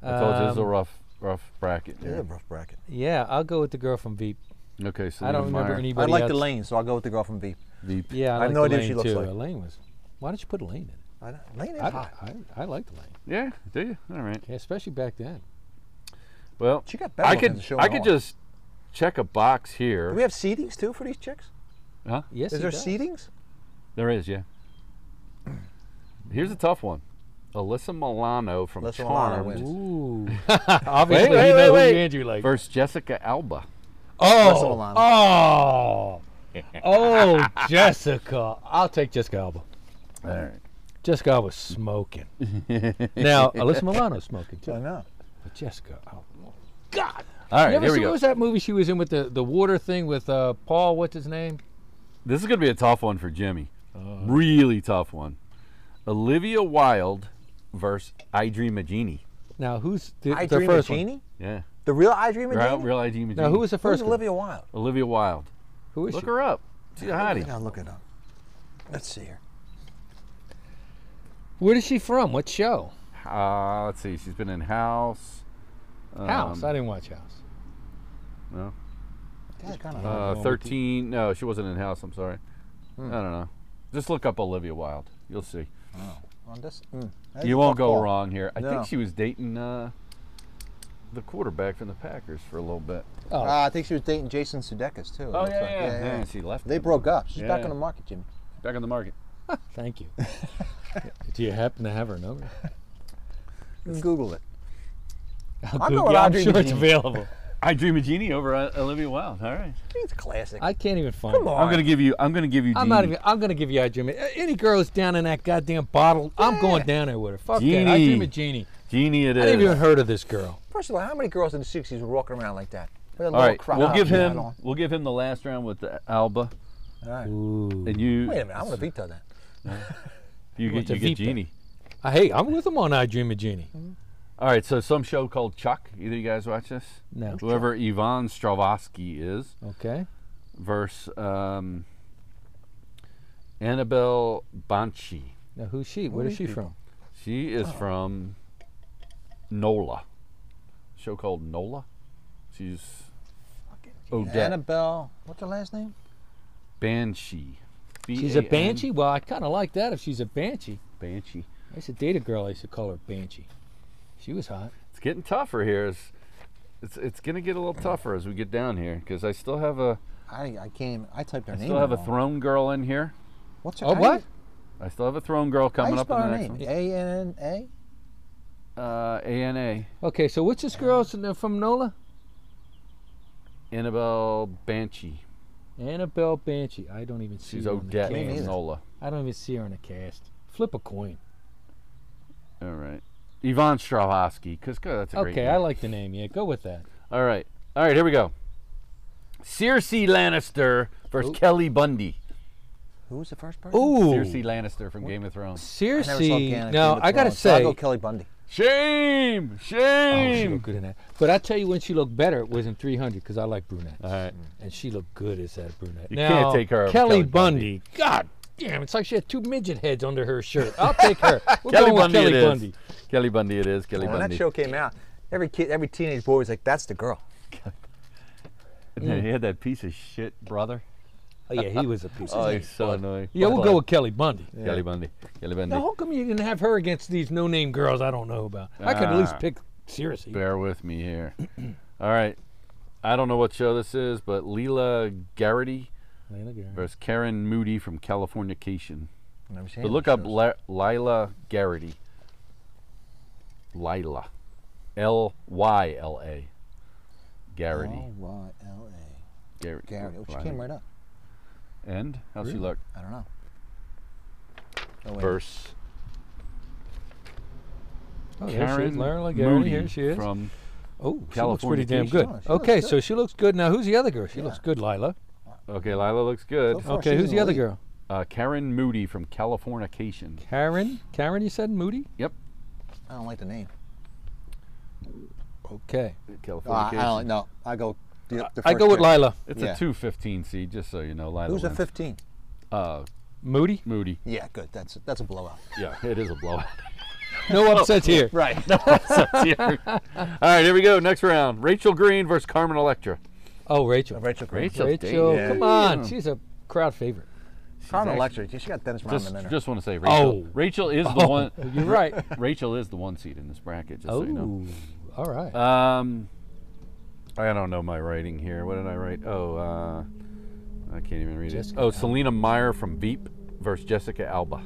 I told you it was a Um, rough, rough bracket. Yeah, there. rough bracket. Yeah, I'll go with the girl from Veep. Okay, so I don't remember anybody. I like else. Elaine, so I'll go with the girl from Veep. Veep. Yeah, I, I like have no idea what Elaine she looks too. like. Elaine was. Why did you put Elaine in? I don't- Elaine is I, hot. I, I liked Elaine, Yeah, do you? All right. yeah, especially back then. Well, She got better I looking could as the show I went could on. just check a box here. Do we have seatings too for these chicks? huh? Yes, Is he there does. seatings? There is, yeah. Here's a tough one. Alyssa Milano from Alyssa Milano Charmed wins. Ooh. Obviously, wait, you know wait, who wait. Andrew likes. versus Jessica Alba. Russell Oh, Milano. oh, oh, Jessica. I'll take Jessica Alba. All right. Jessica Alba's smoking. now, Alyssa Milano's smoking I too. know. But Jessica Alba. All You right, here ever we see- What go. was that movie she was in with the, the water thing with uh, Paul? What's his name? This is going to be a tough one for Jimmy. Uh, really tough one. Olivia Wilde versus I Dream of Genie. Now, who's the, I the Dream first of one? Genie? Yeah. The real I Dream of Real, Genie? real I Dream of Genie. Now, who was the Who's first? one? Olivia Wilde? Olivia Wilde. Who is Look she? her up. She's a hottie. Now look it up. Let's see here. Where is she from? What show? Uh, let's see. She's been in House. House. um, I didn't watch House. No. That's kind of Uh, know. 13. Uh, No, she wasn't in House. I'm sorry. Hmm. I don't know. Just look up Olivia Wilde. You'll see. on this. Mm, that's You won't tough go call. wrong here. I No. think she was dating uh, the quarterback from the Packers for a little bit. Oh, Uh, I think she was dating Jason Sudeikis Oh, too. it looks like. And she left. They him. broke up. She's back Yeah. on the market, Jimmy. back on the market. thank you. Do you happen to have her number? Google it. I'll I'll go Google- with yeah, I I'm Dream sure of it's Jeannie. available. I Dream of Genie over uh, Olivia Wilde. All right. It's classic. I can't even find. Come it. on. I'm gonna give you. I'm gonna give you. I'm Genie. not even. I'm gonna give you I dream. of- Any girl who's down in that goddamn bottle, I'm going down there with her. Fuck that. I dream Jeannie. of Jeannie. Genie. It I didn't even is. heard of this girl. First of all, how many girls in the '60s were walking around like that? With a All little right. crop We'll give hat him. on. We'll give him the last round with the Alba, All right. Ooh. and you. Wait a minute. I'm gonna veto that. You get. With the You get Vita. Genie. Uh, Hey, I'm with them on I Dream of Jeannie. All right. So some show called Chuck. Either you guys watch this? No. Whoever Yvonne Stravosky is Okay. versus um, Annabelle Banshee. Now who's she? Where is she from? She Oh. is from NOLA. Show called NOLA. She's Oh, Odette Annabelle. What's her last name? Banshee. She's a B A N banshee. Well, I kind of like that if she's a banshee. Banshee. I used to date a girl. I used to call her banshee. She was hot. It's getting tougher here. It's it's, it's gonna get a little tougher as we get down here because I still have a I, I can't. Even, I typed her I name. still have a wrong. throne girl in here. What's her? Oh, how what? You, I still have a throne girl how coming you up in spell the her next name? A N A. one. Uh, A N A Okay, so what's this girl s- from NOLA? Annabelle Banshee. Annabelle Banshee. I don't even see She's her on the Odette Me from neither. cast. NOLA. I don't even see her in a cast. Flip a coin. All right. Yvonne Strahovski, because that's a great Okay, name. I like the name. Yeah, go with that. All right. All right, here we go. Cersei Lannister versus Kelly Bundy. Who was the first person? Ooh. Cersei Lannister from Game of Thrones. I never saw Gannon Cersei. in Now, Game of I got to Thrones, so I'll say. go Kelly Bundy. Shame! Oh, she Shame! looked good in that. But I tell you when she looked better was in 300 because I like brunettes. All right. And she looked good as that brunette. You now, can't take her over Kelly Kelly Bundy. God damn, it's like she had two midget heads under her shirt. I'll take her. We're Kelly going with Bundy it Kelly is. Bundy. Kelly Bundy it is. Kelly When that Bundy. show came out, every kid, every teenage boy was like, "That's the girl." he had that piece of shit brother. Oh, yeah, he was a piece Oh, of he's so annoying. Yeah, we'll go with Kelly Bundy. Kelly Bundy. Kelly Bundy. Now, how come you didn't have her against these no-name girls I don't know about? I could at least Ah. pick Cersei. Bear with me here. All right. I don't know what show this is, but Leela Garrity versus Karen Moody from Californication. Never seen But it. look up La- Lila Garrity. Lila. L Y L A. Garrity. L Y L A. Gar- Oh, Garrity. Oh, she Lila. came right up. And how's she look? I don't know. Oh, wait. Verse Oh, there she is, Karen Lara Garrity. Moody Here she is. from oh, she looks pretty Californication. damn Oh, good. she looks okay, good. so she looks good. Now, who's the other girl? She looks good, Lila. Okay, Lila looks good. So far- Oh, Okay, she's who's in the the other lead. girl? Uh, Karen Moody from Californication. Ah, Karen. Karen, you said Moody? Yep. I don't like the name. Okay. Oh, I, I Californication. don't no. I go. The, the I first go with pick. Lila. it's yeah. a 215 seed, just so you know. Lila Who's the wins. 15? Uh, Moody? Moody. Yeah, good. That's that's a blowout. Yeah, it is a blowout. No upsets here. Right. All right, here we go. Next round. Rachel Green versus Carmen Electra. Oh, Rachel. Rachel. Green. Rachel. Rachel, Yeah. come on. She's a crowd favorite. Carmen actually- Electra. She got Dennis Rodman Just, in her. just want to say, Rachel. Oh. Rachel is the one. You're right. Rachel is the one seed in this bracket. Just oh, so you know. all right. Um, I don't know my writing here. What did I write? Oh, uh, I can't even read Jessica it. Oh, Selena Meyer from Veep versus Jessica Alba.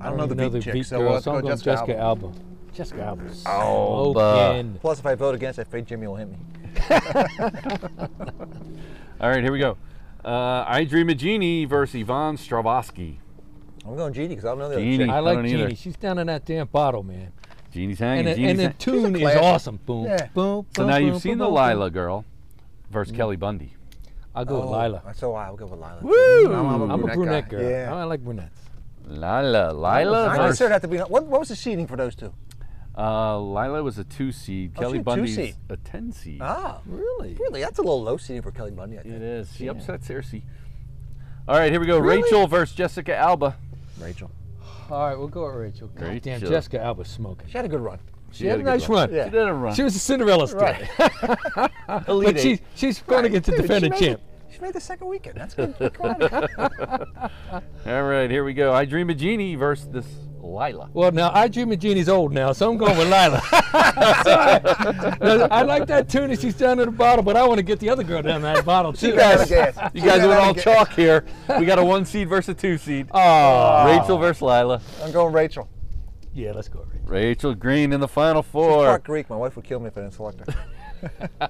I don't know the even beat chick, Veep so girl, let's so I'm go going Jessica, Alba. Alba. Jessica Alba. Alba. Smoking. Plus, if I vote against, I afraid Jimmy will hit me. All right, here we go. Uh, I Dream of Genie versus Yvonne Stravosky. I'm going Genie because I don't know the Jeannie. other chick. I like don't Jeannie. either. She's down in that damn bottle, man. Genie's And, hanging. the- Genie's and the hang- tune is classic. awesome. Boom, Yeah. boom, so boom, now boom, you've seen boom, the boom, boom. Mm. Lila girl versus Kelly Bundy. I'll go with Lila. Oh, So I'll go with Lila. Woo! I'm, I'm a brunette guy. girl. Oh, Yeah. I like brunettes. Lila, Lila, I versus- consider that to be. What, what was the seating for those two? uh, Lila was a two seed. Oh, Kelly she a two Bundy's seed. a ten seed. Ah, Really? really? That's a little low seating for Kelly Bundy. I think. It is. She upsets Cersei. All right, here we go. Rachel versus Jessica Alba. Rachel. All right, we'll go with Rachel. God Rachel. damn, Jessica Alba smoking. She had a good run. She, She had a good nice run. Yeah. She did a run. She was a Cinderella story. Right. but she's she's going against the Dude, she defending made champ. it- She made the second weekend. That's good. good run. All right, here we go. I Dream a Genie versus this Lila. Well, now I Dream of Jeannie's old now, so I'm going with Lila. Sorry. I like that tune that she's down to the bottom, but I want to get the other girl down that bottle too. guys- gas. You She guys ran are out of all gas. chalk here. We got a one seed versus a two seed. Oh, Rachel versus Lila. I'm going Rachel. yeah, let's go. Rachel. Rachel Green in the final four. Clark Greek. My wife would kill me if I didn't select her.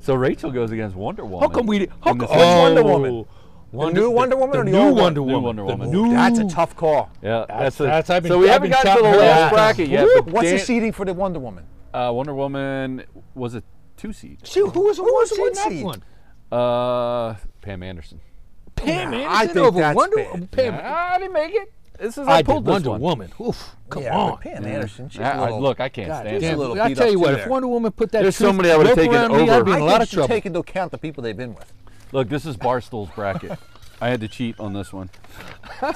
So Rachel goes against Wonder Woman. How come we? How In come the Oh, Wonder Woman? Wonder- new Wonder Woman the or the new old one? Wonder New Woman? Wonder The Woman. new- That's a tough call. Yeah, that's, That's- a, that's- I've been- so we I've haven't been gotten to the chopping her last up. bracket yet. But What's the Dan- seating for the Wonder Woman? Uh, Wonder Woman was a two seed. She, who was the Who one was the seed one in that seed? one? Uh, Pam Anderson. Pam Nah, I Anderson think over that's Wonder bad. Woman. Pam. I didn't make it. This is I, I pulled pulled this Wonder one. Woman. Oof, come yeah, on. But Pam Anderson. She's a I- I- little- look, I can't God, stand she's it. a little I beat tell up you too what, there. if Wonder Woman put that There's truth somebody I would've rope taken around me, over. I'd be in I a lot think of you should trouble. take into account the people they've been with. Look, this is Barstool's bracket. I had to cheat on this one.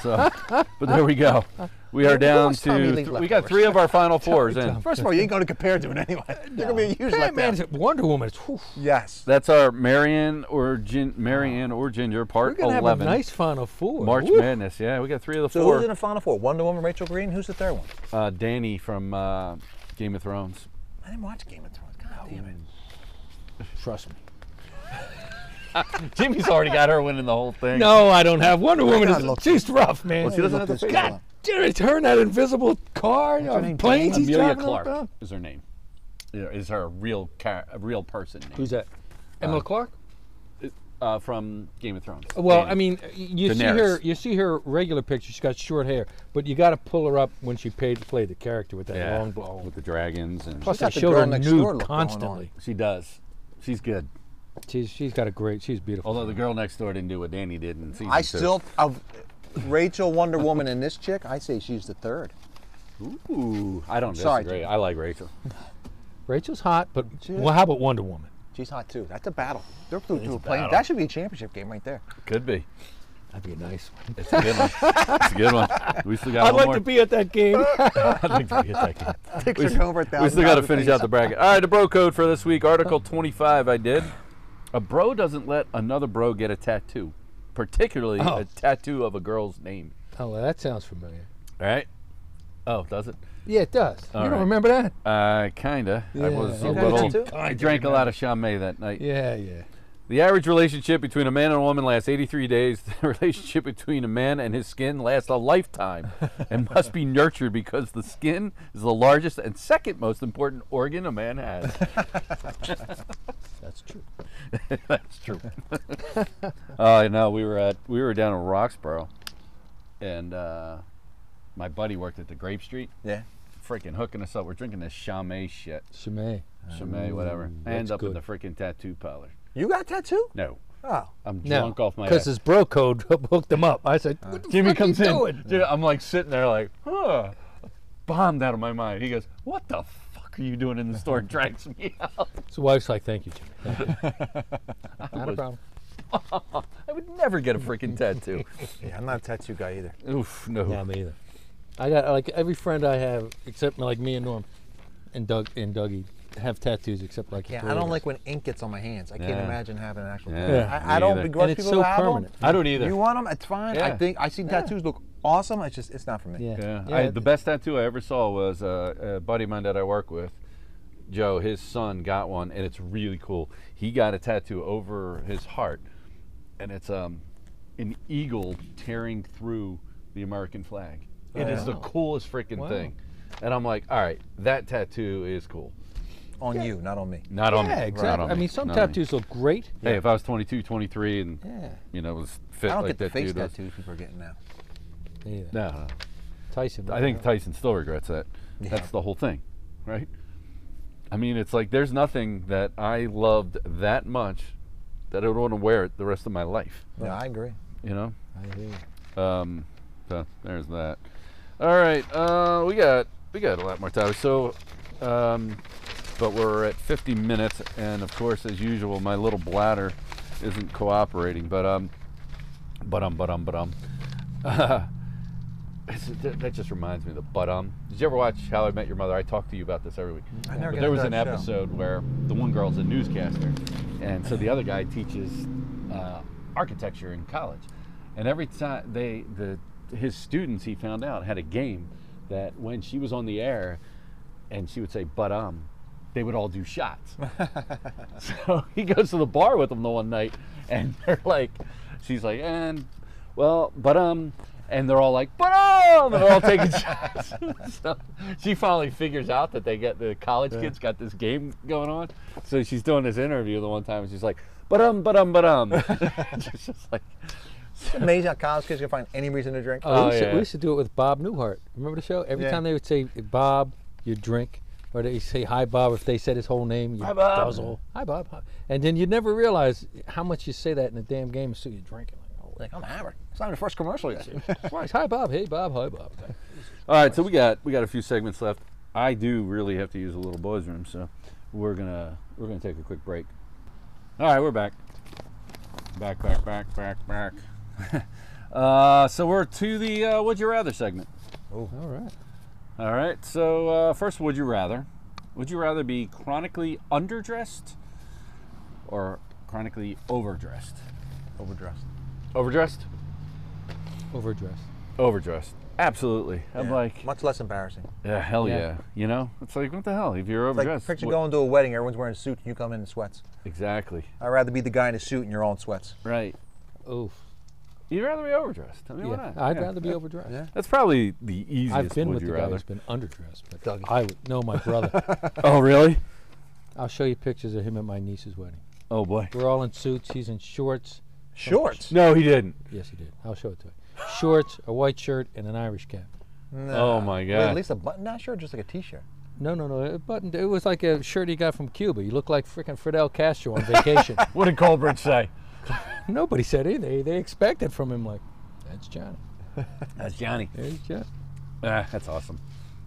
So, but there we go. We are Maybe down last time you to leave we got leftovers. three of our final fours in. First of all, you ain't going to compare to it anyway. You're going to be huge like Pam that. Anderson, Wonder Woman. it's- oof. Yes. That's our Marion or Gin, Marianne or Ginger We're part gonna have a eleven. nice final four. March Oof. Madness. Yeah, we got three of the So who's in four. the final four? Wonder Woman, Rachel Green. Who's the third one? Uh, Danny from uh, Game of Thrones. I didn't watch Game of Thrones. God damn it. Trust me. Jimmy's already got her winning the whole thing. No, I don't have Wonder Woman. God, is- look. She's rough, man. Well, she doesn't have the face. God damn it! Her and that invisible car, her uh, name, plane she's Amelia driving Clark around. is her name. Yeah, Is her real car- a real person name? Who's that? Emma Clark. uh, from Game of Thrones? Well, Dany. I mean, you see Daenerys. her. You see her regular picture. She's got short hair, but you got to pull her up when she paid to play the character with that Yeah, long blow. with the dragons and Plus, got they the showed girl her next nude door look going on. constantly. she does. She's good. She's she's got a great. She's beautiful. Although the girl next door didn't do what Danny did in season I two. still, of Rachel, Wonder Woman, and this chick, I say she's the third. Ooh, I don't Sorry, disagree. Jim. I like Rachel. Rachel's hot, but She is. well, how about Wonder Woman? She's hot too. That's a battle. They're through to a plane. battle. That should be a championship game right there. Could be. That'd be a nice one. It's a good one. it's a good one. We still got I'd one like more. to be at that game. Oh, I'd like to be at that game. Six We, and over a we thousand still got to dollars finish apiece. out the bracket. All right, the bro code for this week, Article 25. I did. A bro doesn't let another bro get a tattoo, particularly Oh. a tattoo of a girl's name. oh, well, that sounds familiar. All right. Oh, does it? Yeah, it does. All you right. don't remember that? Uh, kinda. I was Yeah, a you got a little. tattoo? I drank a lot of Chame that night. Yeah, yeah. The average relationship between a man and a woman lasts 83 days. The relationship between a man and his skin lasts a lifetime and must be nurtured because the skin is the largest and second most important organ a man has. That's true. That's true. Oh, no, we were at we were down in Roxborough, and uh, my buddy worked at the Grape Street, Yeah. freaking hooking us up. We're drinking this Chame shit, Chimay. Chame, whatever. I end Mm, that's up in good. the freaking tattoo parlor. You got a tattoo? No, Oh. I'm No, drunk off my ass. Because his bro code hooked them up. I said, what the Jimmy fuck comes you in. doing? Dude, I'm like sitting there, like, huh, bombed out of my mind. He goes, "What the fuck are you doing in the store?" And drags me out. His wife's like, thank you, Jimmy. Thank you." Not a was- problem. I would never get a freaking tattoo. Yeah, I'm not a tattoo guy either. Oof, no. Yeah, me either. I got like every friend I have, except like me and Norm, and Doug and Dougie have tattoos, except like the Yeah, three I of don't us. like when ink gets on my hands. I can't Yeah. imagine having an actual Yeah, tattoo. me I, I don't either. begrudge And it's people so who have 'em. permanent. I don't either. You want them? It's fine. I Yeah. think I see tattoos look awesome. It's just it's not for me. Yeah. yeah, Yeah, I, it- the best tattoo I ever saw was uh, a buddy of mine that I work with, Joe. His son got one, and it's really cool. He got a tattoo over his heart, and it's um, an eagle tearing through the American flag. It is the coolest freaking Oh, Wow. thing. And I'm like, all right, that tattoo is cool. On you, not on me. Not on me. Yeah, Not exactly. on I me. mean, some Not on me. tattoos look great. Hey, if I was 22, 23, and Yeah. you know was fit I don't like get the that face dude was- tattoos people are getting now. Me either. No, no, Tyson. no. I right think now. Tyson still regrets that. That's the whole thing, right? I mean, it's like there's nothing that I loved that much that I would want to wear it the rest of my life. Yeah, I agree. You know. I agree. Um, so there's that. All right, uh, we got we got a lot more time. So, um, but we're at 50 minutes, and of course, as usual, my little bladder isn't cooperating. But um, but um, but um, but um. It's- that that just reminds me of the but um. Did you ever watch How I Met Your Mother? I talk to you about this every week. I never But get there was into an that show. episode where the one girl's a newscaster, and so the other guy teaches uh, architecture in college. And every time they the his students, he found out had a game that when she was on the air, and she would say but um, they would all do shots. So he goes to the bar with them the one night, and they're like, she's like, and well, but um, and they're all like, but um, and they're all taking shots. so she finally figures out that they get the college kids got this game going on. So she's doing this interview the one time, and she's like, but um, but um, but um. it's just like, It's amazing how college kids can find any reason to drink. Oh, we, used to, yeah. we used to do it with Bob Newhart. Remember the show? Every Yeah. time they would say, eh, Bob, you drink. Or they say, hi, Bob. If they said his whole name, you Hi, Bob. guzzle. Hi, Bob. Hi. And then you'd never realize how much you say that in a damn game as soon as you're drinking. Like, oh, Like, I'm hammered. It's not even the first commercial yet. Christ. hi, Bob. Hey, Bob. Hi, Bob. all right, so we got we got a few segments left. I do really have to use a little boys' room, so we're gonna we're gonna take a quick break. All right, we're back. Back, back, back, back, back. uh, so we're to the uh, Would You Rather segment. All right. All right, so uh, first, would you rather? Would you rather be chronically underdressed or chronically overdressed? Overdressed. Overdressed? Overdressed. Overdressed. Absolutely. I'm Yeah. like, much less embarrassing. yeah, hell yeah. Yeah. You know? It's like, what the hell? If you're It's like overdressed. picture what- going to a wedding, everyone's wearing suits, and you come in in sweats. Exactly. I'd rather be the guy in a suit and you're all in sweats. Right. Oof. You'd rather be overdressed. I mean, why Yeah. not? I'd Yeah. rather be overdressed. Yeah. That's probably the easiest. I've been would with you the guy rather? who's been underdressed. But Dougie. I would. No, my brother. Oh, really? I'll show you pictures of him at my niece's wedding. Oh boy. We're all in suits. He's in shorts. Shorts. No, he didn't. Yes, he did. I'll show it to you. Shorts, a white shirt, and an Irish cap. Nah. Oh, my Wait, God. at least a button-down shirt, or just like a t-shirt. No, no, no. It buttoned. It was like a shirt he got from Cuba. You look like freaking Fidel Castro on vacation. What did Coldbridge say? Nobody said anything. They expected from him like, "That's Johnny. That's Johnny. There's Johnny." Ah, that's awesome.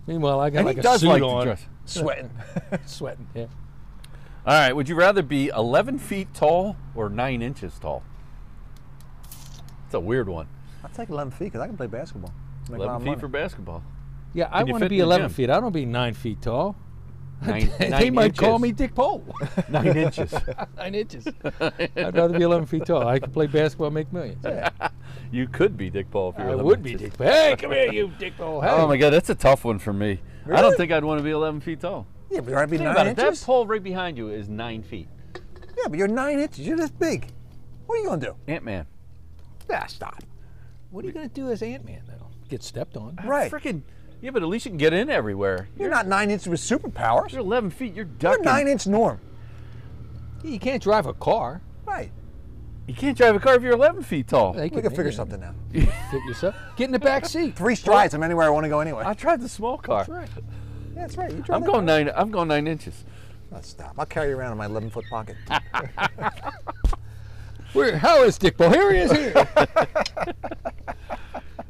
Meanwhile, I got And like he a does suit like to on, dress. Sweating. sweating. Yeah. All right. Would you rather be 11 feet tall or nine inches tall? It's a weird one. I'll take 11 feet because I can play basketball. Make a lot 11 of feet money. for basketball. Yeah, I Can you want to fit be in the 11 gym? feet. I don't be nine feet tall. Nine, they nine might call me inches. Dick Pole. nine inches. nine inches. I'd rather be 11 feet tall. I could play basketball, and make millions. You could be Dick Paul if you were I 11 would be inches. Dick Pole. Hey, come here, you Dick Pole. Hey. Oh my God, that's a tough one for me. I don't Really? think I'd want to be 11 feet tall. Yeah, but you're be Think nine about it. inches. That pole right behind you is nine feet. yeah, but you're nine inches. You're this big. What are you gonna do? Ant Man. Yeah, stop. What are you going to do as Ant Man, though? Get stepped on. Right. Freaking. Yeah, but at least you can get in everywhere. You're not nine inches with superpowers. You're You're 11 feet. You're ducking. nine inch norm. You can't drive a car. Right. You can't drive a car if you're 11 feet tall. They We could can figure maybe something out. Fit yourself. Get in the back seat. Three strides. I'm anywhere I want to go anyway. I tried the small car. That's right. yeah, that's right. You drive I'm that going car. nine. I'm going nine inches. Oh, stop. I'll carry you around in my 11 foot pocket. Where? How is Dick Pole? Here he is. Here.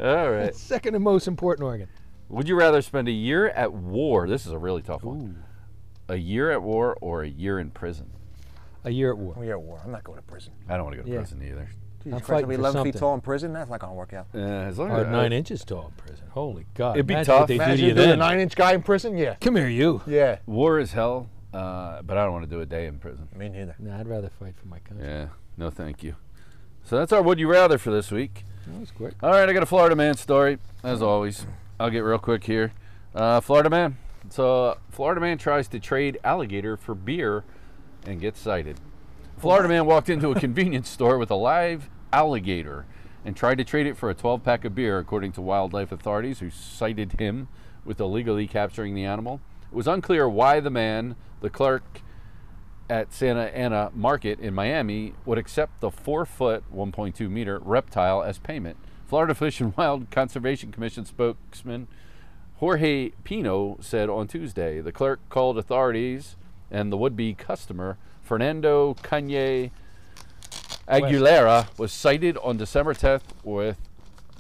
All right. Second and most important organ. Would you rather spend a year at war? This is a really tough one. A year at war or a year in prison? A year at war. We're at war. I'm not going to prison. I don't want to go to Yeah. prison either. I'm Christ, I'll fighting be for 11 something. feet tall in prison. That's not going to work out. Uh, as long Or as nine inches tall in prison. Holy God. It'd be Imagine what tough. they do to Imagine you you doing a then. nine inch guy in prison. Yeah. Come here, you. Yeah. War is hell, uh, but I don't want to do a day in prison. Me neither. No, I'd rather fight for my country. Yeah. No, thank you. So that's our would you rather for this week. That was quick. All right, I got a Florida man story, as always. I'll get real quick here. Uh, Florida man. So, uh, Florida man tries to trade alligator for beer and gets cited. Florida man walked into a convenience store with a live alligator and tried to trade it for a 12 pack of beer, according to wildlife authorities, who cited him with illegally capturing the animal. It was unclear why the man, the clerk, at Santa Ana Market in Miami would accept the four foot, 1.2 meter reptile as payment. Florida Fish and Wild Conservation Commission spokesman Jorge Pino said on Tuesday the clerk called authorities and the would be customer, Fernando Kanye Aguilera was cited on December 10th with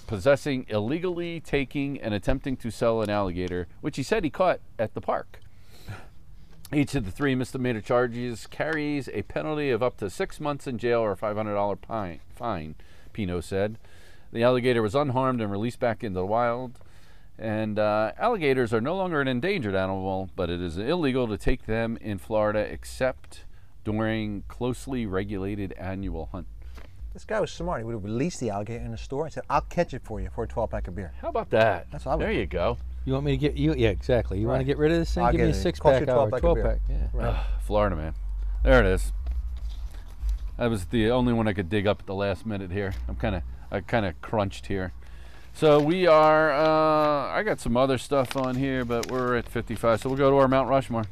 possessing, illegally taking, and attempting to sell an alligator, which he said he caught at the park. Each of the three misdemeanor charges carries a penalty of up to six months in jail or a $500 pine, fine, Pino said. The alligator was unharmed and released back into the wild. And uh, alligators are no longer an endangered animal, but it is illegal to take them in Florida except during closely regulated annual hunt. This guy was smart. He would have released the alligator in the store and said, I'll catch it for you for a 12 pack of beer. How about that? That's what I would there do. you go. You want me to get you? Yeah, exactly. You want Right. to get rid of this thing? I'll Give me a get it. six Cost pack you or 12 a pack of twelve beer. pack. Yeah. Florida man. There it is. That was the only one I could dig up at the last minute here. I'm kind of I kind of crunched here. So we are. Uh, I got some other stuff on here, but we're at 55. So we'll go to our Mount Rushmore.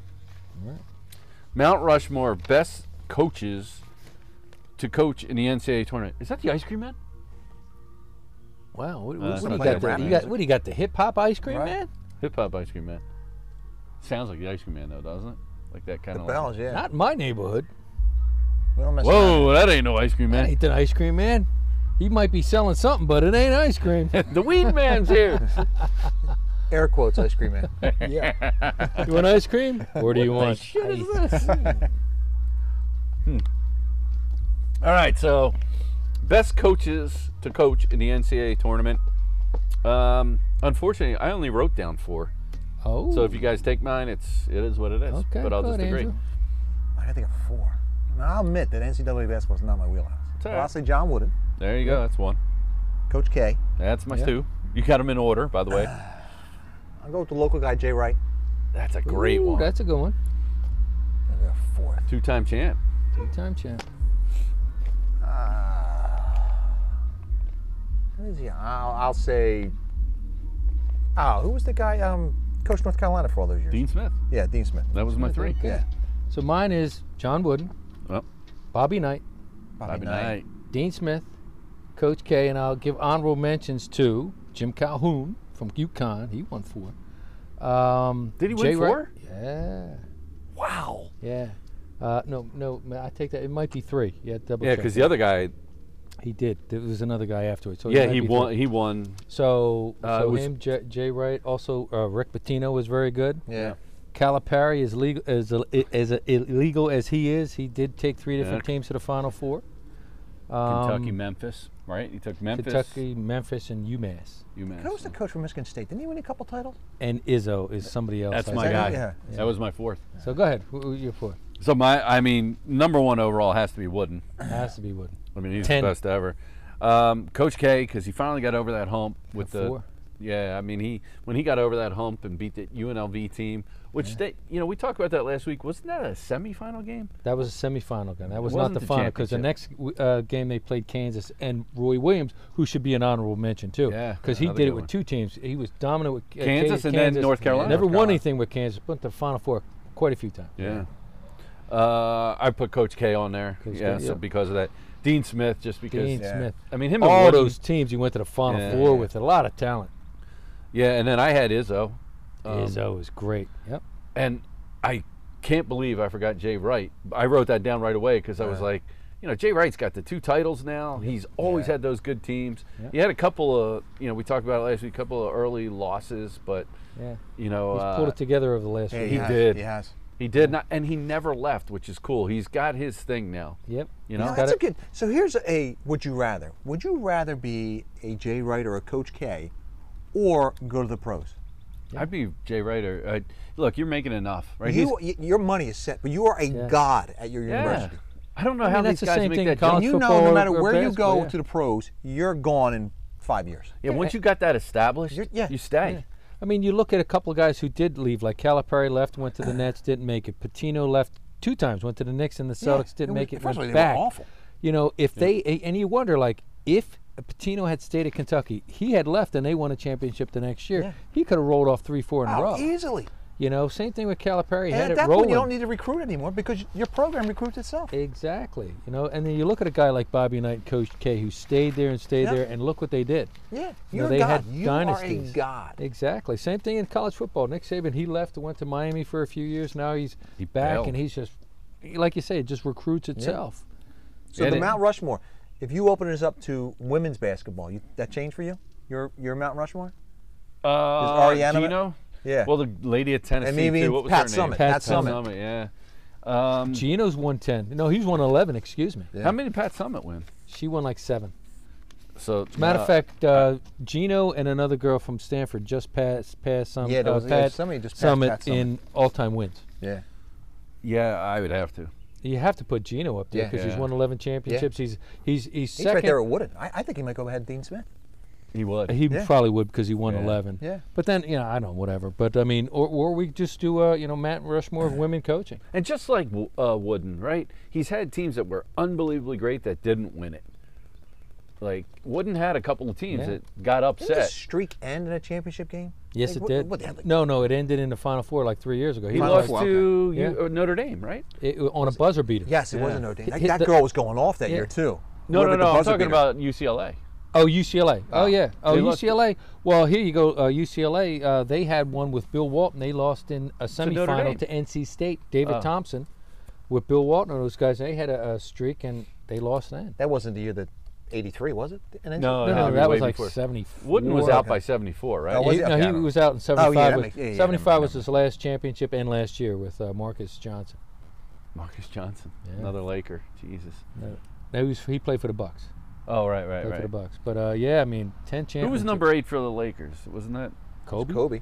Mount Rushmore best coaches to coach in the NCAA tournament. Is that the ice cream man? Wow. What, Uh, what, do you somebody got? rap The, you music. got what do you got? The hip hop ice cream Right. man? Hip hop ice cream man. Sounds like the ice cream man though, doesn't it? Like that kind The of. bells, yeah. Not in my neighborhood. we don't mess around. Whoa, that ain't no ice cream man. That ain't an ice cream man. He might be selling something, but it ain't ice cream. the weed man's here. Air quotes ice cream man. yeah. You want ice cream? Or do you want? shit is this? All right, so best coaches to coach in the NCAA tournament. Um, unfortunately, I only wrote down four. Oh. So if you guys take mine, it's it is what it is. Okay, but I'll go just ahead, agree. Andrew. I had to get four. Now, I'll admit that NCAA basketball is not my wheelhouse. It's all But I'll right. say John Wooden, There you go. That's one. Coach K. That's my Yeah. two. You got them in order, by the way. I'll go with the local guy, Jay Wright. That's a great Ooh, one. That's a good one. I'll go fourth. two-time champ. Two-time champ. Who is he? I'll, I'll say. Oh, who was the guy? Um, coached North Carolina for all those years. Dean Smith. Yeah, Dean Smith. That was my three. Okay. Yeah. So mine is John Wooden, Well, Bobby Knight, Bobby Knight. Dean Smith, Coach K, and I'll give honorable mentions to Jim Calhoun from UConn. He won four. Um, Did he win Jay Wright- four? Yeah, Wow. yeah. Uh, no, no, ma- I take that. It might be three. Yeah, double Yeah, check. because the other guy. he did. There was another guy afterwards. So it Yeah, might he be won. three. He won. So, Uh, it so was- him, J- Jay Wright, also uh, Rick Pitino was very good. Yeah. Calipari is legal as a- i- as a- illegal as he is. He did take three different teams to the Final Four. Um, Kentucky, Memphis, right? He took Memphis. Kentucky, Memphis, and UMass. UMass. Who was the coach from Michigan State? Didn't he win a couple titles? And Izzo is somebody else. That's I my think. guy. it? Yeah. That was my fourth. So go ahead. Who, who you for? So my, I mean, number one overall has to be Wooden. Has to be Wooden. I mean, he's Ten. the best ever. Um, Coach K, because he finally got over that hump with the. four. Yeah, I mean, he when he got over that hump and beat the UNLV team, which they, you know, we talked about that last week. Wasn't that a semifinal game? That was a semifinal game. That was not wasn't the, the final because the next w- uh, game they played Kansas and Roy Williams, who should be an honorable mention too. Yeah, because he another did it good with one. two teams. He was dominant with uh, Kansas Ka- and then North Carolina. Never North won Carolina. anything with Kansas, but the Final Four quite a few times. Yeah. Uh, I put Coach K on there. Coach K, yeah, so yeah. because of that. Dean Smith, just because. Dean Yeah. Smith. I mean, him and All Wooden- those teams he went to the Final Yeah. Four with a lot of talent. Yeah, and then I had Izzo. Um, Izzo is great. Yep. and I can't believe I forgot Jay Wright. I wrote that down right away because I was like, you know, Jay Wright's got the two titles now. He's always had those good teams. He had a couple of, you know, we talked about it last week, a couple of early losses, but Yeah. you know, He's uh, pulled it together over the last Yeah, week. He has. did. He has. he did not, and he never left, which is cool. He's got his thing now. Yep. You No, know, that's it. a good. So here's a would you rather? Would you rather be a Jay Wright or a Coach K, or go to the pros? I'd be Jay Wright. Or, uh, look, you're making enough, right? You, He's- y- your money is set, but you are a god at your yeah. university. I don't know mean, how that's these the guys same make thing that in jump. college And you know, football no or- matter or where you basketball, go yeah. to the pros, you're gone in five years. Yeah, once you got that established, You're- yeah. you stay. I mean, you look at a couple of guys who did leave, like Calipari left, went to the Nets, didn't make it. Patino left two times, went to the Knicks, and the Celtics didn't It was- make it. first of all, went they were back. awful. You know, if they a- and you wonder, like, if Patino had stayed at Kentucky, he had left, and they won a championship the next year. Yeah. He could have rolled off three, four in a Oh, row. easily. You know, same thing with Calipari. He And had at it that rolling. point, you don't need to recruit anymore because your program recruits itself. Exactly. You know, and then you look at a guy like Bobby Knight and Coach K who stayed there and stayed Yeah. there and look what they did. yeah, You know, you're a they god. had You dynasties. are a god. Exactly. Same thing in college football. Nick Saban, he left and went to Miami for a few years. Now he's He back bailed. and he's just, like you say, it just recruits itself. So It the is. Mount Rushmore. If you open this up to women's basketball, you, that change for you? Your your Mount Rushmore? Uh, Ariana- Gino? Yeah. Well, the lady at Tennessee maybe too. What was Pat her name? Summitt. Pat Pat Summit. Summit. Yeah. Um, Gino's 110. No, he's 111. Excuse me. How many did Pat Summit win? She won like seven. So Matter uh, of fact, uh, Gino and another girl from Stanford just passed passed some. Yeah, there uh, was- yeah, Pat somebody just passed Summit Pat Summit. in all-time wins. Yeah. yeah, I would have to. You have to put Gino up there Yeah. because he's Yeah. won 11 championships. He's he's he's He's second. right there at Wooded. I, I think he might go ahead of Dean Smith. He would. He Yeah. probably would because he won Yeah. 11. Yeah. But then, you know, I don't know, whatever. But I mean, or, or we just do, uh, you know, Matt Rushmore of women coaching. and just like W- uh, Wooden, right? He's had teams that were unbelievably great that didn't win it. Like Wooden had a couple of teams Yeah. that got Didn't the upset. streak end in a championship game? Yes, Like, it what- did. What the hell? Like, no, no, it ended in the Final Four like three years ago. He He Final lost Four, to okay. U- Yeah. uh, Notre Dame, right? it, on a buzzer beater. Yes, it was Yeah. a no Dane. Hit- That, hit that the- girl was going off that Yeah. year too. No, no, Would've been no. the I'm buzzer talking beater. about UCLA. Oh, UCLA. Oh, yeah. Oh, They lost- UCLA. Well, here you go. Uh, UCLA. Uh, they had one with Bill Walton. They lost in a Notre semifinal Dame. to NC State. David Oh. Thompson with Bill Walton and those guys. They had a, a streak and they lost then. That wasn't the year that '83 Oh, was it? And then- No, No, no, no, that way was like before. 74. Wooden was out by 74, right? Oh, was He, he? no, Okay, I he don't was out in that 75. was- makes- yeah, yeah, yeah, 75 was remember. his last championship and last year with uh, Marcus Johnson. Marcus Johnson, Yeah. another Laker. Jesus. No, he, was, he played for the Bucks. Oh, right, right, Played for the right. Bucks. But uh, yeah, I mean, 10 championships. Who was number eight for the Lakers? Wasn't that? Kobe? Kobe.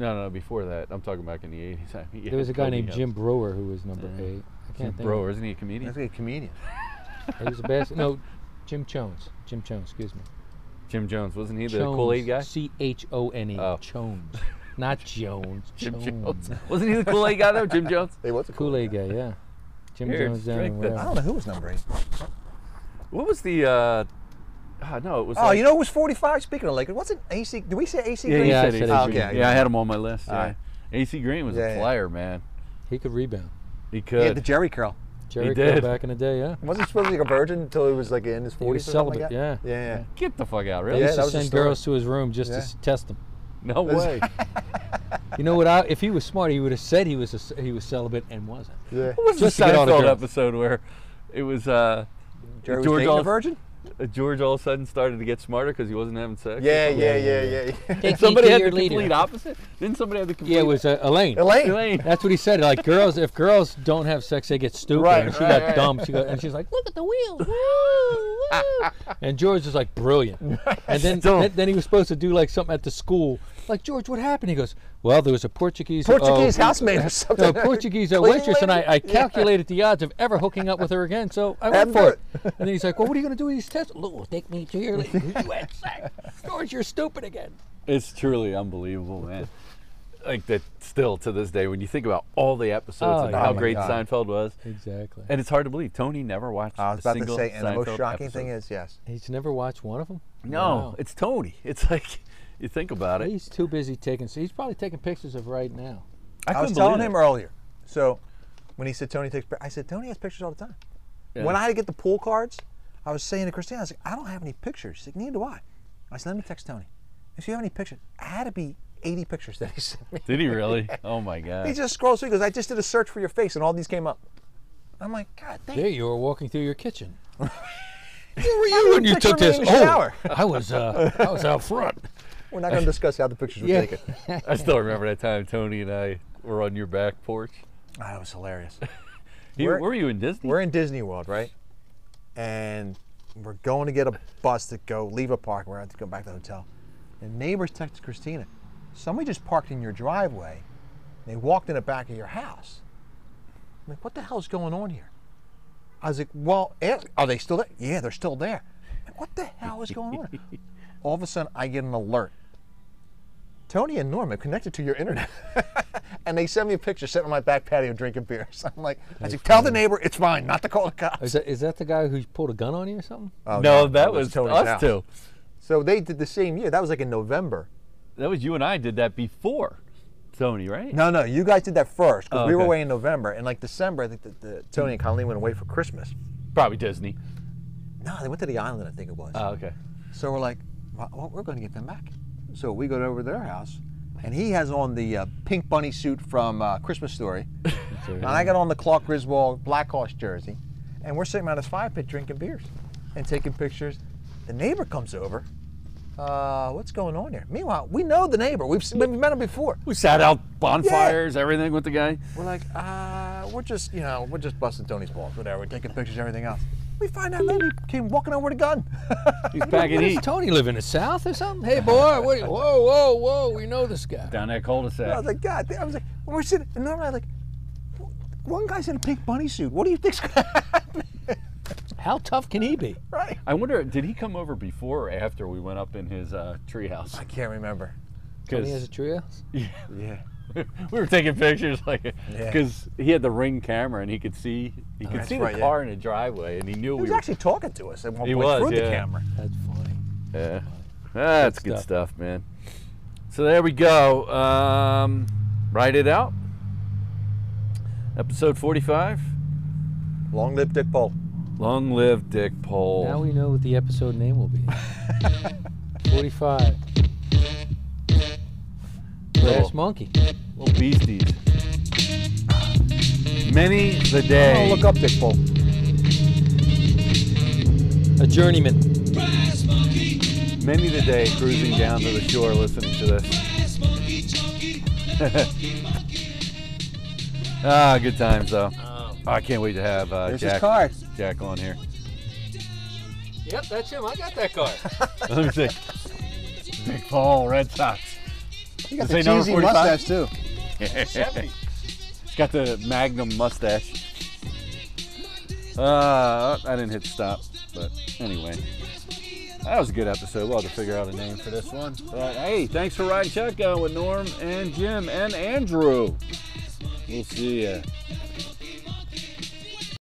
No, no, no, before that. I'm talking back in the 80s. I mean, yeah, There was a guy Kobe named had- Jim Brewer who was number Yeah. eight. I Jim can't think. Bro, isn't he a That's comedian? like a comedian. He was the best. No, Jim Jones. Jim Jones, excuse me. Jim Jones, wasn't he the Jones, Kool Aid guy? C H O N E. Oh. Jones. Not Jones. Jim Jones. Wasn't he the Kool Aid guy though? Jim Jones. It was a Kool Aid guy, yeah. Jim Here, Jones down drink in this. I whatever. don't know who was number eight. What was the? Uh, ah, no, it was. Oh, like- you know it was 45. Speaking of Lakers, wasn't AC? Did we say AC? Yeah, Green? yeah, I I said yeah, AC. Okay, yeah, I had him on my list. Yeah. Alright. AC Green was Yeah, a yeah. flyer, man. He could rebound. He He could. had the Jerry curl. Jerry did. back in the day, yeah. Wasn't he supposed to be like a virgin until he was like in his 40s was or something like that? celibate, yeah. Yeah, yeah. Get the fuck out, really? He Yeah, used that to was the send story. girls to his room just to Yeah. s- test them. No way. You know what? I, if he was smart, he would have said he was a s he was celibate and wasn't. yeah. what was Just the to get all the Seinfeld girls. episode where it was uh, Jerry was George dating a Al- virgin? uh, George all of a sudden started to get smarter because he wasn't having sex? or Yeah, something? yeah, yeah, yeah. yeah. And somebody had the complete opposite. Didn't somebody have the complete? Yeah, it was uh, Elaine. Elaine. Elaine. That's what he said. Like girls, if girls don't have sex, they get stupid. Right, and she right, got right. dumb. She got, and she's like, look at the wheels. Woo, woo. and George is like brilliant. And then, Dumb. then then he was supposed to do like something at the school. Like George, what happened? He goes, well, there was a Portuguese Portuguese uh, housemaid or No, something. Portuguese uh, Cleaning waitress, and I, lady? I calculated the odds of ever hooking up with her again, so I went Hadn't for do it. And then he's like, "Well, what are you going to do with these tests? Lou, take me to your you had sex. George, you're stupid again." It's truly unbelievable, man. Like that, still to this day, when you think about all the episodes Oh, and yeah. how Oh, my great God. Seinfeld was, Exactly. and it's hard to believe Tony never watched. I was a about to single say, and the most Seinfeld shocking episode. thing is, yes. He's never watched one of them. no, it's Tony. It's like you think about it. he's too busy taking. So he's probably taking pictures of right now. I, I was couldn't telling believe him it. earlier. So when he said Tony takes, pic- I said Tony has pictures all the time. When I had to get the pool cards, I was saying to Christina, I was like, I don't have any pictures. She's like, neither do I. I said, let me text Tony. If you have any pictures, I had to be 80 pictures that he sent me. Did he really? Oh my He god! just scrolls through because I just did a search for your face and all these came up. I'm like, God, thank There you are walking through your kitchen. you. Were you When you took this, in the oh, shower? I was, uh, I was out front. We're not going to discuss how the pictures were Yeah. taken. I still remember that time Tony and I were on your back porch. Ah, That was hilarious. You, We're- were you in Disney? we're in Disney World, right? And we're going to get a bus to go leave a park. We're going to go back to the hotel. And neighbors texted Christina, somebody just parked in your driveway. And they walked in the back of your house. I'm like, what the hell's going on here? I was like, well, eh, are they still there? Yeah, they're still there. I'm like, what the hell is going on? All of a sudden, I get an alert. Tony and Norm have connected to your internet. and they send me a picture sitting on my back patio drinking beer. So I'm like, I said, tell the neighbor it's fine, not to call the cops. Is that, is that the guy who pulled a gun on you or something? Oh, Uh, no, that was, Tony's us house. two. So they did the same year. That was like in November. That was you and I did that before Tony, right? No, no, you guys did that first 'cause Oh, we were okay. away in November. And like December, I think that the, Tony and Colleen went away for Christmas. Probably Disney. No, they went to the island, I think it was. Oh, okay. So we're like, well, well, we're going to get them back. So we go over to their house, and he has on the uh, pink bunny suit from uh, Christmas Story, and I got on the Clark Griswold Blackhawks jersey, and we're sitting around this fire pit drinking beers and taking pictures. The neighbor comes over. Uh, what's going on here? Meanwhile, we know the neighbor. We've, s- we've met him before. We sat out bonfires, everything with the guy. We're like, uh, we're just, you know, we're just busting Tony's balls, whatever. We're taking pictures, everything else. We find out lady came walking over with a gun. He's bagging Does heat Tony live in the South or something? Hey, boy, what, whoa, whoa, whoa, we know this guy. down that I cul-de-sac. was like, God, damn." I was like, we're sitting, and normally I'm like, one guy's in a pink bunny suit. What do you think's going to happen? How tough can he be? Right. I wonder, did he come over before or after we went up in his uh, treehouse? I can't remember. Tony Because has a trio. Yeah. we were taking pictures, like, Yeah. Oh, because he had the ring camera and he could see, he could that's see right, the yeah. car in the driveway, and he knew He we was were. actually talking to us at one He point was, through the yeah. camera. That's funny. Yeah. That's good, Good stuff. man. So there we go. Um, write it out. Episode 45. Long live Dick Paul. Long live Dick Pole. Now we know what the episode name will be. 45. Little- Last Monkey. Little beasties. Many the Oh, day. look up Dick Paul. A journeyman. Brass monkey, Many the day cruising down to the shore listening to brass this. monkey, chunky, monkey, monkey. Ah, good times though. I can't wait to have uh, Oh. There's his Jack, car. Jack on here. Yep, that's him. I got that card. Let me see. Dick Paul, Red Sox. He got Does he know 45? too. He's got the Magnum mustache. Uh, I didn't hit stop, but anyway, that was a good episode. We'll have to figure out a name for this one. But hey, thanks for riding shotgun with Norm and Jim and Andrew. We'll see ya.